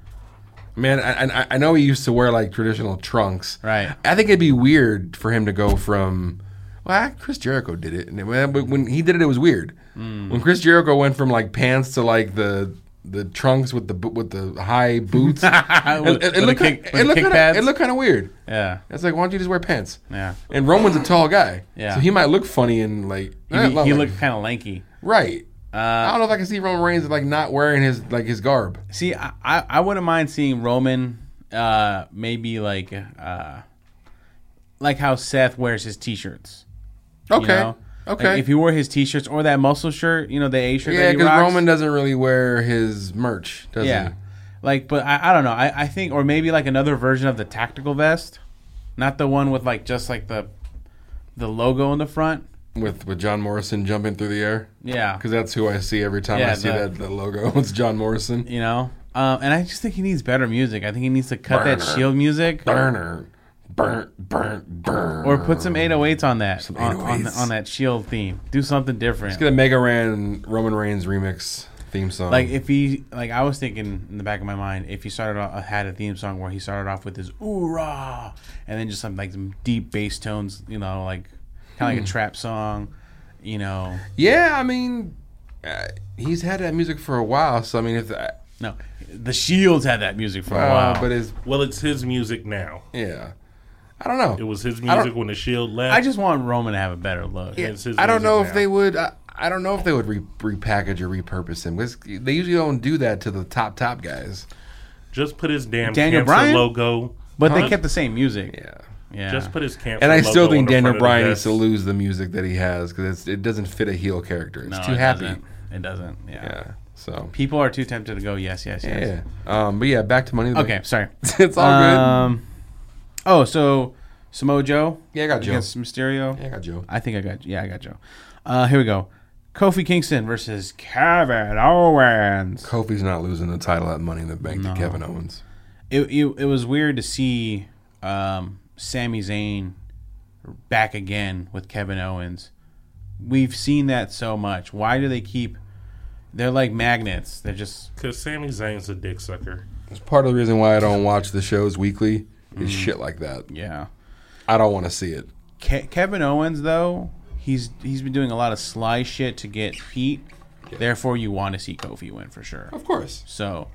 Man, I, I, I know he used to wear like traditional trunks. Right. I think it'd be weird for him to go from. Well, I- Chris Jericho did it, and it- well, but when he did it, it was weird. Hmm. When Chris Jericho went from like pants to like the the trunks with the bo- with the high *laughs* boots, it, With- it, with it the looked kick- kinda- with it the looked kick kinda- pads? it looked kind of weird. Yeah. It's like why don't you just wear pants? Yeah. And Roman's a tall guy, Yeah. So he might look funny and like He, Uh, eh, he like- looked kind of lanky. right. I don't know if I can see Roman Reigns like not wearing his like his garb. See, I, I, I wouldn't mind seeing Roman uh, maybe like uh, like how Seth wears his t-shirts. you Okay. know? Like, Okay. if he wore his t-shirts or that muscle shirt, you know, the A shirt Yeah, that he because rocks. Roman doesn't really wear his merch, does yeah. he? Like, but I, I don't know. I, I think, or maybe like another version of the tactical vest, not the one with like just like the the logo in the front. With with John Morrison jumping through the air. Yeah. Because that's who I see every time I Yeah, see the- that, that logo. *laughs* It's John Morrison. You know, um, and I just think he needs better music. I think he needs to cut that Burner. shield music. Burner. Burnt, burnt, burn. Or put some 808s on that on, on, 808s. on that Shield theme. Do something different. Get a Mega Ran Roman Reigns remix theme song. Like if he like I was thinking in the back of my mind if he started off had a theme song where he started off with his ooh rah and then just some like some deep bass tones, you know, like kind of Hmm. like a trap song, you know. yeah, I mean, uh, he's had that music for a while. So I mean, if the, No, the Shields had that music for a wow, while. Oh, but it's Well, it's his music now. yeah, I don't know. It was his I don't- music when the Shield left. I just want Roman to have a better look. and it's his I don't music know if now. they would. I, I don't know if they would re, repackage or repurpose him because they usually don't do that to the top top guys. just put his damn Daniel cancer Bryan? logo. But they Huh? kept the same music. Yeah. Yeah. Just put his cancer. And I still logo on think the Daniel front of the Bryan needs vest. to lose the music that he has because it doesn't fit a heel character. It's No, too it happy. doesn't. It doesn't. Yeah. Yeah. So. People are too tempted to go yes, yes, yes. Yeah. Um, but yeah, back to money. in the Okay, Bank. sorry. *laughs* it's all Um, oh, so Samoa Joe. Yeah, I got Joe. against Mysterio. good. Yeah, I got Joe. I think I got. Yeah, I got Joe. Uh, here we go. Kofi Kingston versus Kevin Owens. Kofi's not losing the title at Money in the Bank to Kevin Owens. It, it, it was weird to see um, Sami Zayn back again with Kevin Owens. We've seen that so much. Why do they keep? They're like magnets. They're just Because Sami Zayn's a dick sucker. *laughs* It's part of the reason why I don't watch the shows weekly. Is Mm. shit like that. yeah. I don't want to see it. Ke- Kevin Owens though, he's he's been doing a lot of sly shit to get heat. Therefore, you want to see Kofi win for sure. Of course. So,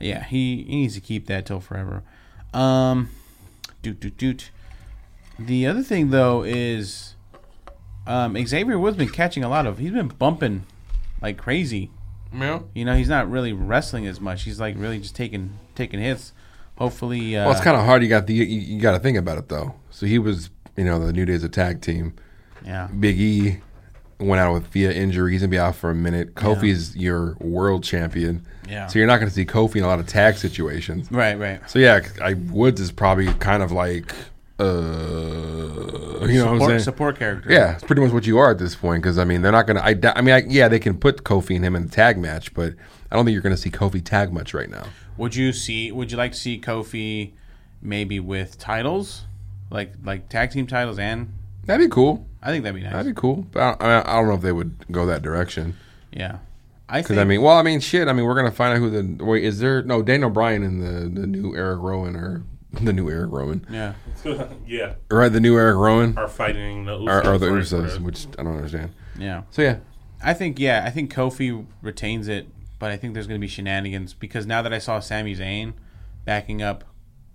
yeah, he, he needs to keep that till forever. Um, doot doot doot. The other thing though is, um, Xavier Woods been catching a lot of. He's been bumping like crazy. Yeah. You know, he's not really wrestling as much. He's like really just taking taking hits. Hopefully, uh, Well, it's kind of hard. You got the you, you got to think about it though. So he was, you know, the New Day's attack team. yeah. Big E went out with via injury. He's gonna be out for a minute. Kofi's your world champion. Yeah. So you're not gonna see Kofi in a lot of tag situations. Right, right. So yeah, I Woods is probably kind of like, uh, you know, what I'm Support, saying? support character. Yeah, it's pretty much what you are at this point. Because I mean, they're not gonna. I, doubt- I mean, I, yeah, they can put Kofi and him in a tag match, but I don't think you're gonna see Kofi tag much right now. Would you see? Would you like to see Kofi maybe with titles, like like tag team titles, and That'd be cool. I think that'd be nice. That'd be cool. But I don't, I, mean, I don't know if they would go that direction. yeah, I Because think. I mean, well, I mean, shit. I mean, we're gonna find out who the wait is there? No, Daniel Bryan and the the new Eric Rowan or *laughs* the new Eric Rowan, yeah, yeah. right? The new Eric Rowan Are fighting the Usos. or, or the right, Usos, bruh. which I don't understand. yeah. So yeah, I think yeah. I think Kofi retains it, but I think there's going to be shenanigans because now that I saw Sami Zayn backing up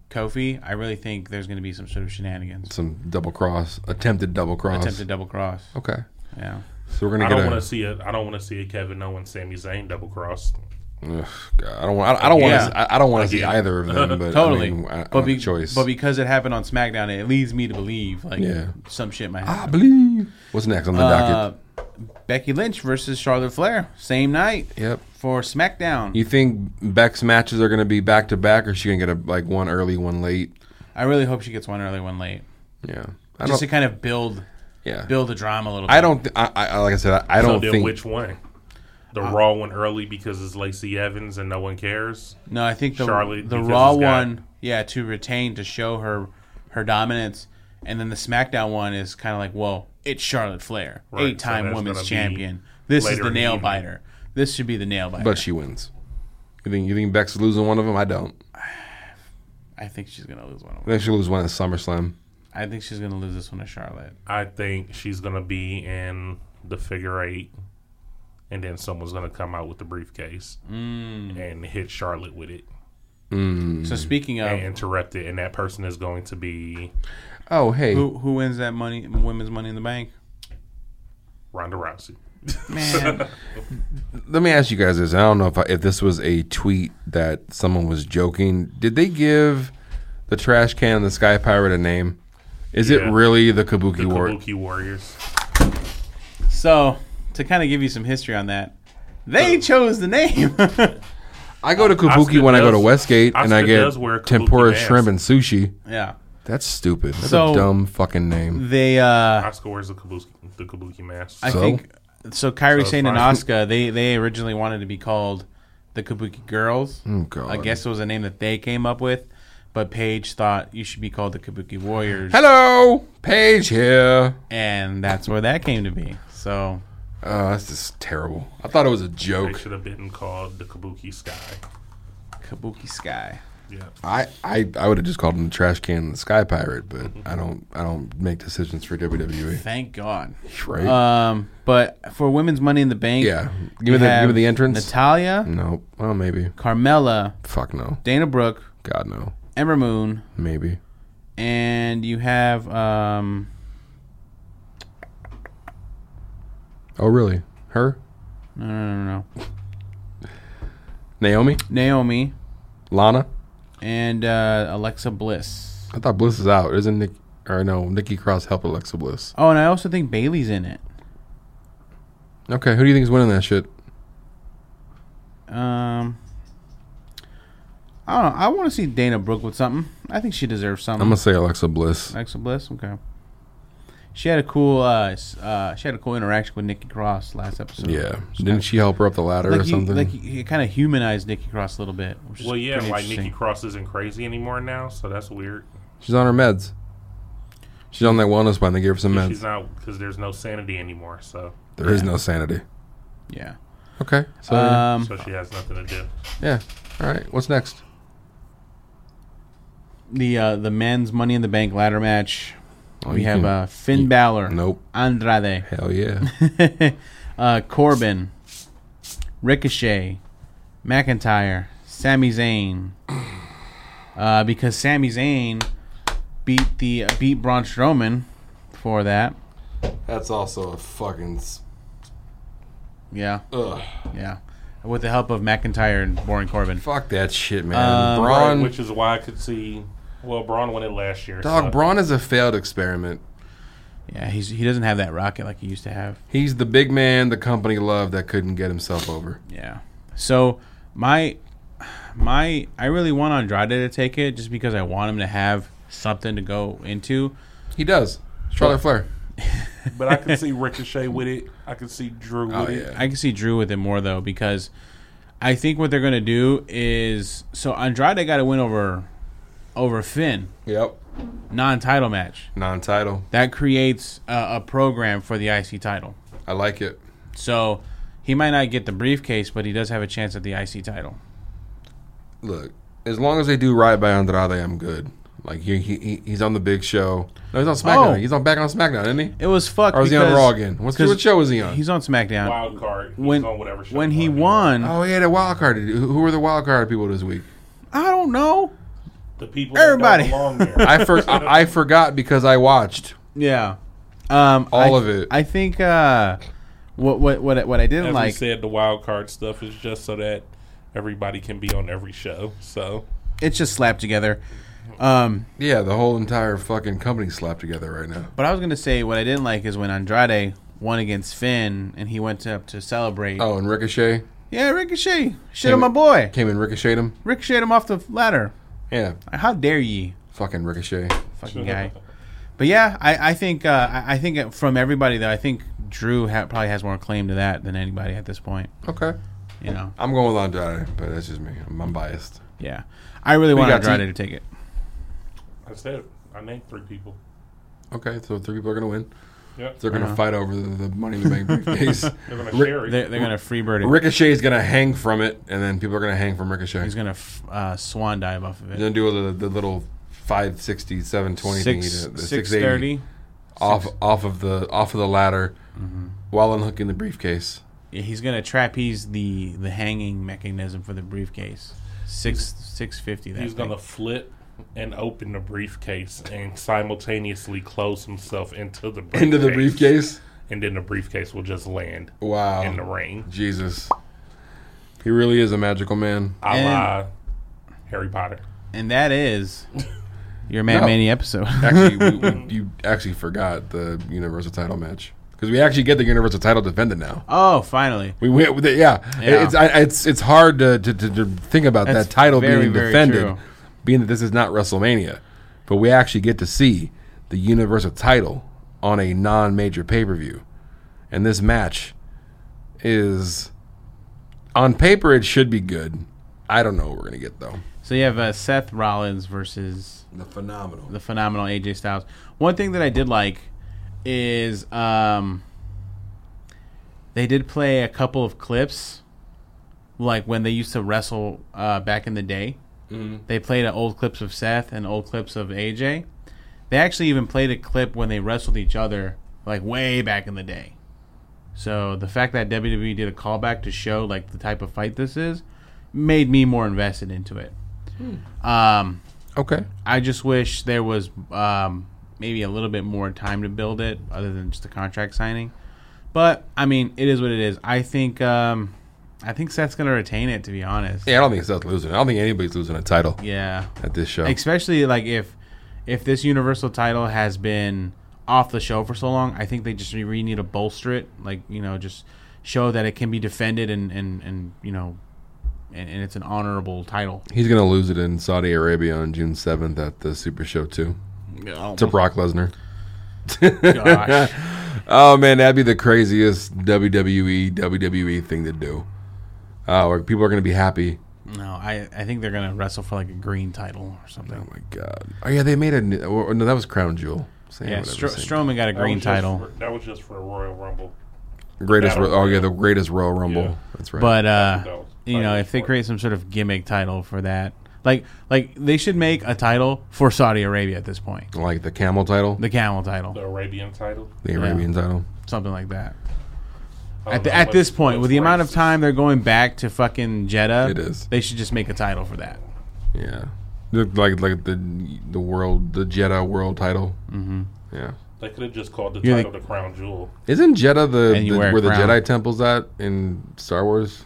Kofi, I really think there's going to be some sort of shenanigans, some double cross, attempted double cross. attempted double cross. Okay, Yeah. so we're gonna I get don't want a. to see a. I don't want to see a Kevin Owens, Sami Zayn double cross. Ugh, God, I don't want. I don't want. Yeah. I, I don't want to see either of *laughs* them. But Totally, I mean, I, I but, don't be- have a choice. but because it happened on SmackDown, it leads me to believe like Yeah. Ah, some shit might I happen. believe. What's next on the Uh, docket? Becky Lynch versus Charlotte Flair, same night. Yep. For SmackDown, You think Beck's matches are gonna be back to back, or is she gonna get a like one early, one late? I really hope she gets one early, one late, Yeah, I don't. just to kind of build Yeah, build the drama a little. bit. I don't. Th- I, I like I said. I, I So don't then, think. which one? the Raw one early because it's Lacey Evans and no one cares. No, I think the Charlotte, the because Raw it's got- one, yeah, to retain to show her her dominance, and then the SmackDown one is kind of like, well, it's Charlotte Flair, Right, so eight time that's women's gonna be champion. This is later the in the nail evening. biter. This should be the nail biter. But she wins. You think you think Beck's losing one of them? I don't. I think she's gonna lose one. Of I them. think she'll lose one at SummerSlam. I think she's gonna lose this one to Charlotte. I think she's gonna be in the figure eight, and then someone's gonna come out with the briefcase and hit Charlotte with it So speaking of and interrupt it, and that person is going to be Oh hey, who who wins that money, women's Money in the *laughs* Bank, Ronda Rousey. man, let me ask you guys this. I don't know if I, if this was a tweet that someone was joking. Did they give the trash can and the sky pirate a name? Is it Yeah. really the Kabuki, The War? Kabuki Warriors. So to kind of give you some history on that, they chose the name. *laughs* I go to Kabuki Asuka when I go to does- Westgate and I Asuka get does wear a Kabuki tempura mask. shrimp and sushi. yeah, That's stupid. That's a So- dumb fucking name. they. uh Oscar wears the Kabuki, the Kabuki mask. I So? think so. Kyrie So Sane and fine. Asuka, they they originally wanted to be called the Kabuki Girls. God. mm, I guess it was a name that they came up with, but Paige thought you should be called the Kabuki Warriors, Hello, Paige here. and that's where that came to be. So Uh, that's just terrible. I thought it was a they joke. should have been called the Kabuki Sky. Kabuki Sky. Yeah. I, I, I would have just called him the trash can and the sky pirate, but I don't I don't make decisions for E. *laughs* WWE. Thank God. Right? Um, but for women's Money in the Bank, Yeah. Give you me the- give have me the entrance. Hmm. Natalia, no. Well, maybe. Carmella, Fuck no. Dana Brooke, God no. Ember Moon, Maybe. and you have um, Oh really? Her? no, no, no, no, Naomi? Naomi Lana? and uh, Alexa Bliss. I thought Bliss is out. Isn't Nick or no, Nikki Cross help Alexa Bliss. Oh, and I also think Bailey's in it. Okay, who do you think is winning that shit? Um, I don't know. I want to see Dana Brooke with something. I think she deserves something. I'm gonna say Alexa Bliss. Alexa Bliss. Okay. She had a cool. Uh, s- uh, she had a cool interaction with Nikki Cross last episode. Yeah. Didn't she help her up the ladder or Like you, something? like you, kind of humanized Nikki Cross a little bit. Which is Well, yeah, pretty like Nikki interesting. Cross isn't crazy anymore now, so that's weird. She's on her meds. She's on that wellness plan. They gave her some She's meds. not because there's no sanity anymore, so There is no sanity. Yeah. Okay. So Um, so she has nothing to do. yeah. All right. What's next? the uh, the men's Money in the Bank ladder match. Oh, we you have can- uh, Finn Balor. Nope. Andrade. Hell yeah. *laughs* uh, Corbin, Ricochet, McIntyre, Sami Zayn. Uh, because Sami Zayn beat the beat Braun Strowman for that. That's also a fucking. Yeah, Ugh. yeah. With the help of McIntyre and Baron Corbin. Fuck that shit, man. Um, Braun. Right, which is why I could see. Well, Braun won it last year. dog, so- Braun is a failed experiment. Yeah, he's he doesn't have that rocket like he used to have. He's the big man the company loved that couldn't get himself over. Yeah. So my my I really want Andrade to take it just because I want him to have something to go into. He does. Charlotte Flair. But I could see Ricochet with it. I could see Drew with Oh, it. yeah. I can see Drew with it more though because I think what they're gonna do is so Andrade got to win over over Finn Yep. non-title match Non title. that creates a, a program for the IC title. I like it. So he might not get the briefcase, but he does have a chance at the IC title. Look, as long as they do right by Andrade, I'm good. Like, he, he, he- he's on the big show. No, he's on SmackDown. Oh. He's on back on SmackDown, isn't he? It was fucked. Or was he on because- Raw again? What's, 'cause what show was he on? He's on SmackDown. Wild card. He's When on whatever show when he on. won, oh, yeah, the wild card. Who who were the wild card people this week? I don't know. the people everybody Everybody. *laughs* that don't belong there. I, for, I, I forgot because I watched. Yeah, um, All I- of it. I think uh, what what what what I didn't As we like. said, the wild card stuff is just so that everybody can be on every show. So it's just slapped together. Um, Yeah, the whole entire fucking company slapped together right now. but I was gonna say what I didn't like is when Andrade won against Finn and he went up to celebrate. Oh, and Ricochet Yeah, Ricochet, shit Came on my in- boy. came and ricocheted him. Ricochet him off the ladder. Yeah, How dare ye, fucking Ricochet. fucking guy. But yeah, I I think uh, I I think from everybody though, I think Drew ha- probably has more claim to that than anybody at this point. Okay. You know, I'm going with Andrade, but that's just me. I'm, I'm biased. yeah. I really want got Andrade T? to take it. *laughs* I said I named three people. Okay, so three people are gonna win. Yep. They're Uh-huh. gonna fight over the, the Money in the Bank briefcase. *laughs* They're gonna Rick- share it. They're, they're gonna freebird it. Ricochet is gonna hang from it, and then people are gonna hang from Ricochet. He's gonna f- uh, swan dive off of And it. then do the, the little 560, 720 Six thing, the six thirty. off off of the off of the ladder while unhooking the briefcase. *laughs* Yeah, he's gonna trapeze the the hanging mechanism for the briefcase. Six six fifty. He's gonna flip and open the briefcase and simultaneously close himself into the briefcase. Into the briefcase. and then the briefcase will just land Wow. in the ring. Jesus. He really is a magical *laughs* man. A And- la Harry Potter. and that *laughs* is your Mad No. Mania episode. *laughs* Actually, we, we, you actually forgot the universal title match because we actually get the universal title defended now. oh, finally. We went with it. Yeah, It- Yeah. it's I, it's it's hard to, to, to, to think about That's that title very, being very defended, true. being that this is not WrestleMania, but we actually get to see the universal title on a non-major pay-per-view, and this match is on paper it should be good. I don't know what we're gonna get though. So you have uh, Seth Rollins versus The phenomenal. the phenomenal AJ Styles. One thing that I did like is um, they did play a couple of clips, like when they used to wrestle uh, back in the day. They played uh, old clips of Seth and old clips of AJ. They actually even played a clip when they wrestled each other, like way back in the day. So the fact that WWE did a callback to show like the type of fight this is made me more invested into it. Um, Okay. I just wish there was um, maybe a little bit more time to build it, other than just the contract signing. But I mean, it is what it is. I think um, I think Seth's gonna retain it. To be honest, Yeah, I don't think Seth's losing. I don't think anybody's losing a title yeah. at this show. Especially like if if this Universal title has been off the show for so long, I think they just re- really need to bolster it. Like you know, just show that it can be defended and and and you know, and, and it's an honorable title. He's gonna lose it in Saudi Arabia on June seventh at the Super Show too to Brock Lesnar. Gosh. Oh man, that'd be the craziest E, WWE WWE thing to do. Uh, where people are gonna be happy. No, I, I think they're gonna wrestle for like a green title or something. Oh my god. Oh yeah, they made a new- or, or no. That was Crown Jewel. Same, yeah, whatever, Stro- same. Strowman got a That green was just title, for- that was just for Royal Rumble. greatest. Ro- Battle oh yeah, Royal. the greatest Royal Rumble. Yeah. That's right. but what that uh, was. you know, Title if they for. create some sort of gimmick title for that, like like they should make a title for Saudi Arabia at this point, like the camel title, the camel title, The Arabian title. the Arabian title. something like that. I At, don't the, know at what- this point, with what's the amount of racist. time they're going back to fucking Jeddah, It is. they should just make a title for that. Yeah, Look like like the the world the Jeddah world title. Mm-hmm. Yeah. they could have just called the You're title the- the Crown Jewel. Isn't Jeddah the, And you the- wear a where the crown. Jedi temple's at in Star Wars?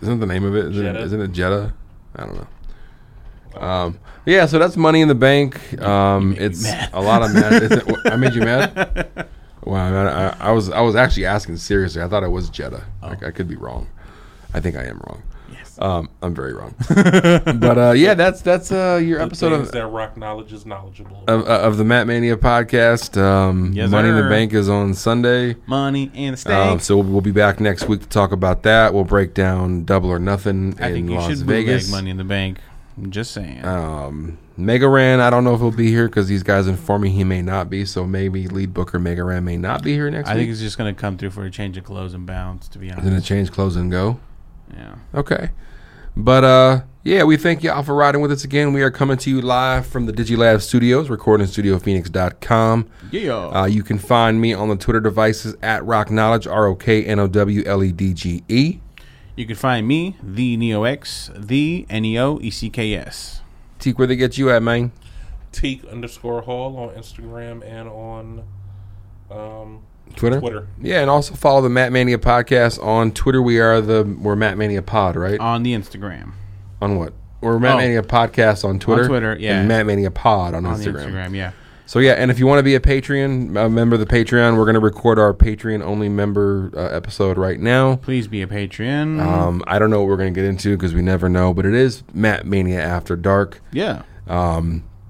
Isn't the name of it? Isn't, it- Jeddah? isn't it Jeddah? I don't know. Um, yeah, so that's Money in the Bank. Um, it's a lot of mad. Is it, wha- I made you mad. *laughs* Wow, man, I, I was I was actually asking seriously. I thought it was Jeddah. Oh. Like, I could be wrong. I think I am wrong. Yes, um, I'm very *laughs* wrong. but uh, yeah, that's that's uh, your episode Episode of that rock knowledge is knowledgeable. of, of the Matt Mania podcast. Um, Yes, Money in sir. the Bank is on Sunday. Money and steak. Um, so we'll be back next week to talk about that. We'll break down Double or Nothing I in think you Las should Vegas. Oh, bootleg Money in the Bank. I'm just saying. Mega Ran, I don't know if he'll be here because these guys inform me he may not be. So maybe lead booker Mega Ran may not be here next I week. think he's just gonna come through for a change of clothes and bounce. To be He's gonna honest, change clothes and go. yeah. Okay. But uh yeah, we thank y'all for riding with us again. We are coming to you live from the DigiLab Studios, recording studiophoenix.com. Yeah. Uh, you can find me on the Twitter devices at Rock Knowledge, R O K N O W L E D G E. You can find me, the Neo X, the N E O E C K S. Teak, where they get you at, man? Teak underscore Hall on Instagram and on um, Twitter. Twitter. Yeah, and also follow the Matt Mania podcast on Twitter. We are the we're Matt Mania Pod, right? on the Instagram, on what? We're Matt Uh, Oh. Mania podcast on Twitter. Twitter, yeah. And Matt Mania Pod on, on the Instagram. Instagram, yeah. So yeah, and if you want to be a Patreon a member of the Patreon, we're going to record our Patreon only member uh, episode right now. Please be a Patreon. Um, I don't know what we're going to get into because we never know, but it is Matt Mania After Dark. yeah, *laughs*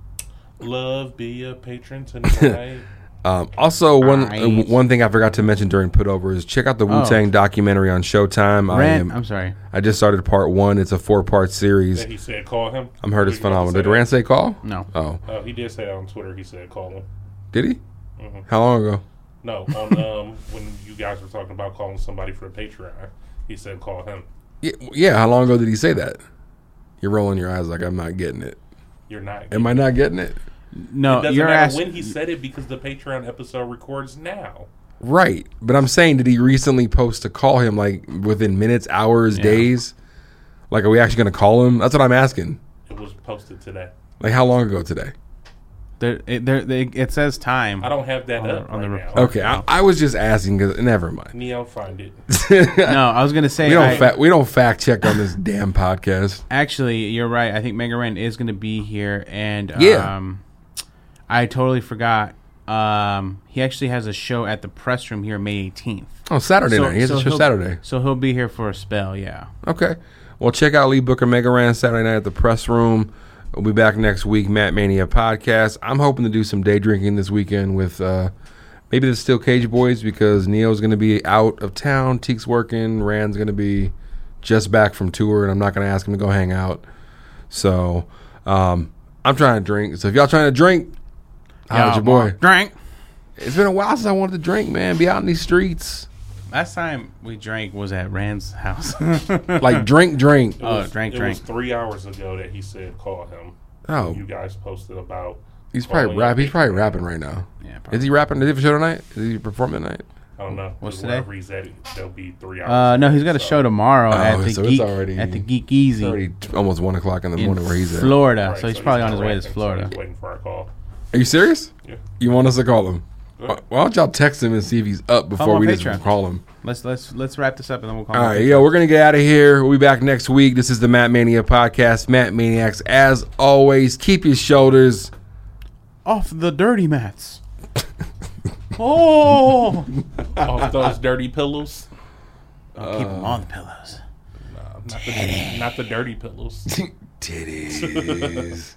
Love be a patron tonight. Um, also, one Right. one thing I forgot to mention during put over is check out the Wu Tang documentary on Showtime. I Rand, am. I'm sorry. I just started part one. It's a four part series. That he said call him. I'm heard Did it's you want phenomenal. to say Did Rand that? say call? No. Oh, Uh, he did say that on Twitter. He said call him. did he? How long ago? No, *laughs* on um when you guys were talking about calling somebody for a Patreon, he said call him. Yeah, yeah, how long ago did he say that? You're rolling your eyes like I'm not getting it. You're not. Am I not getting it? No, Doesn't you're matter asking. when he said it because the Patreon episode records now. Right. But I'm saying, did he recently post to call him like within minutes, hours, days? Like, are we actually going to call him? That's what I'm asking. It was posted today. Like, how long ago today? There, it, there, they, it says time. I don't have that up on the right report. now. Okay, I, I was just asking because never mind. Neil, find it. no, I was gonna say. We I- don't fa- we don't fact check on this damn podcast. actually, you're right. I think Mega Ren is gonna be here, and Yeah. um, I totally forgot. Um, he actually has a show at the press room here May 18th. Oh, Saturday night. He has a show he'll- Saturday. So he'll be here for a spell. Yeah. Okay. Well, check out Lee Booker Mega Ran Saturday night at the press room. We'll be back next week, Matt Mania podcast. I'm hoping to do some day drinking this weekend with uh, maybe the Steel Cage Boys because Neo's going to be out of town. Teek's working. Rand's going to be just back from tour, and I'm not going to ask him to go hang out. So um, I'm trying to drink. So if y'all trying to drink, how's your Y'all boy? want Drink. It's been a while since I wanted to drink, man. Be out in these streets. Last time we drank was at Rand's house. *laughs* Like, drink, drink. *laughs* Oh, *laughs* drank, it drank. was three hours ago that he said call him. Oh, You guys posted about. He's probably calling rap. He's him. probably rapping right now. Yeah, probably. Is he rapping? Is he have a show tonight? Is he performing tonight? I don't know. What's Wherever he's at, there'll be three hours. Uh, no, he's got a So, show tomorrow at the Oh, so it's Geek already- at the Geek Easy It's already t- almost one o'clock in the in morning where he's at. Florida. right, so he's probably not on his way rapping, to so Florida. he's waiting for our call. Are you serious? Yeah. You want us to call him? Why why don't y'all text him and see if he's up before on we just Patreon. call him? Let's let's let's wrap this up and then we'll call. All it a right, day. yo, we're gonna get out of here. We'll be back next week. This is the Matt Mania podcast. Matt Maniacs, as always, keep your shoulders. Off the dirty mats. *laughs* oh, Off those dirty pillows. Uh, keep them on the pillows. Not the, not the dirty pillows. *laughs* Titties.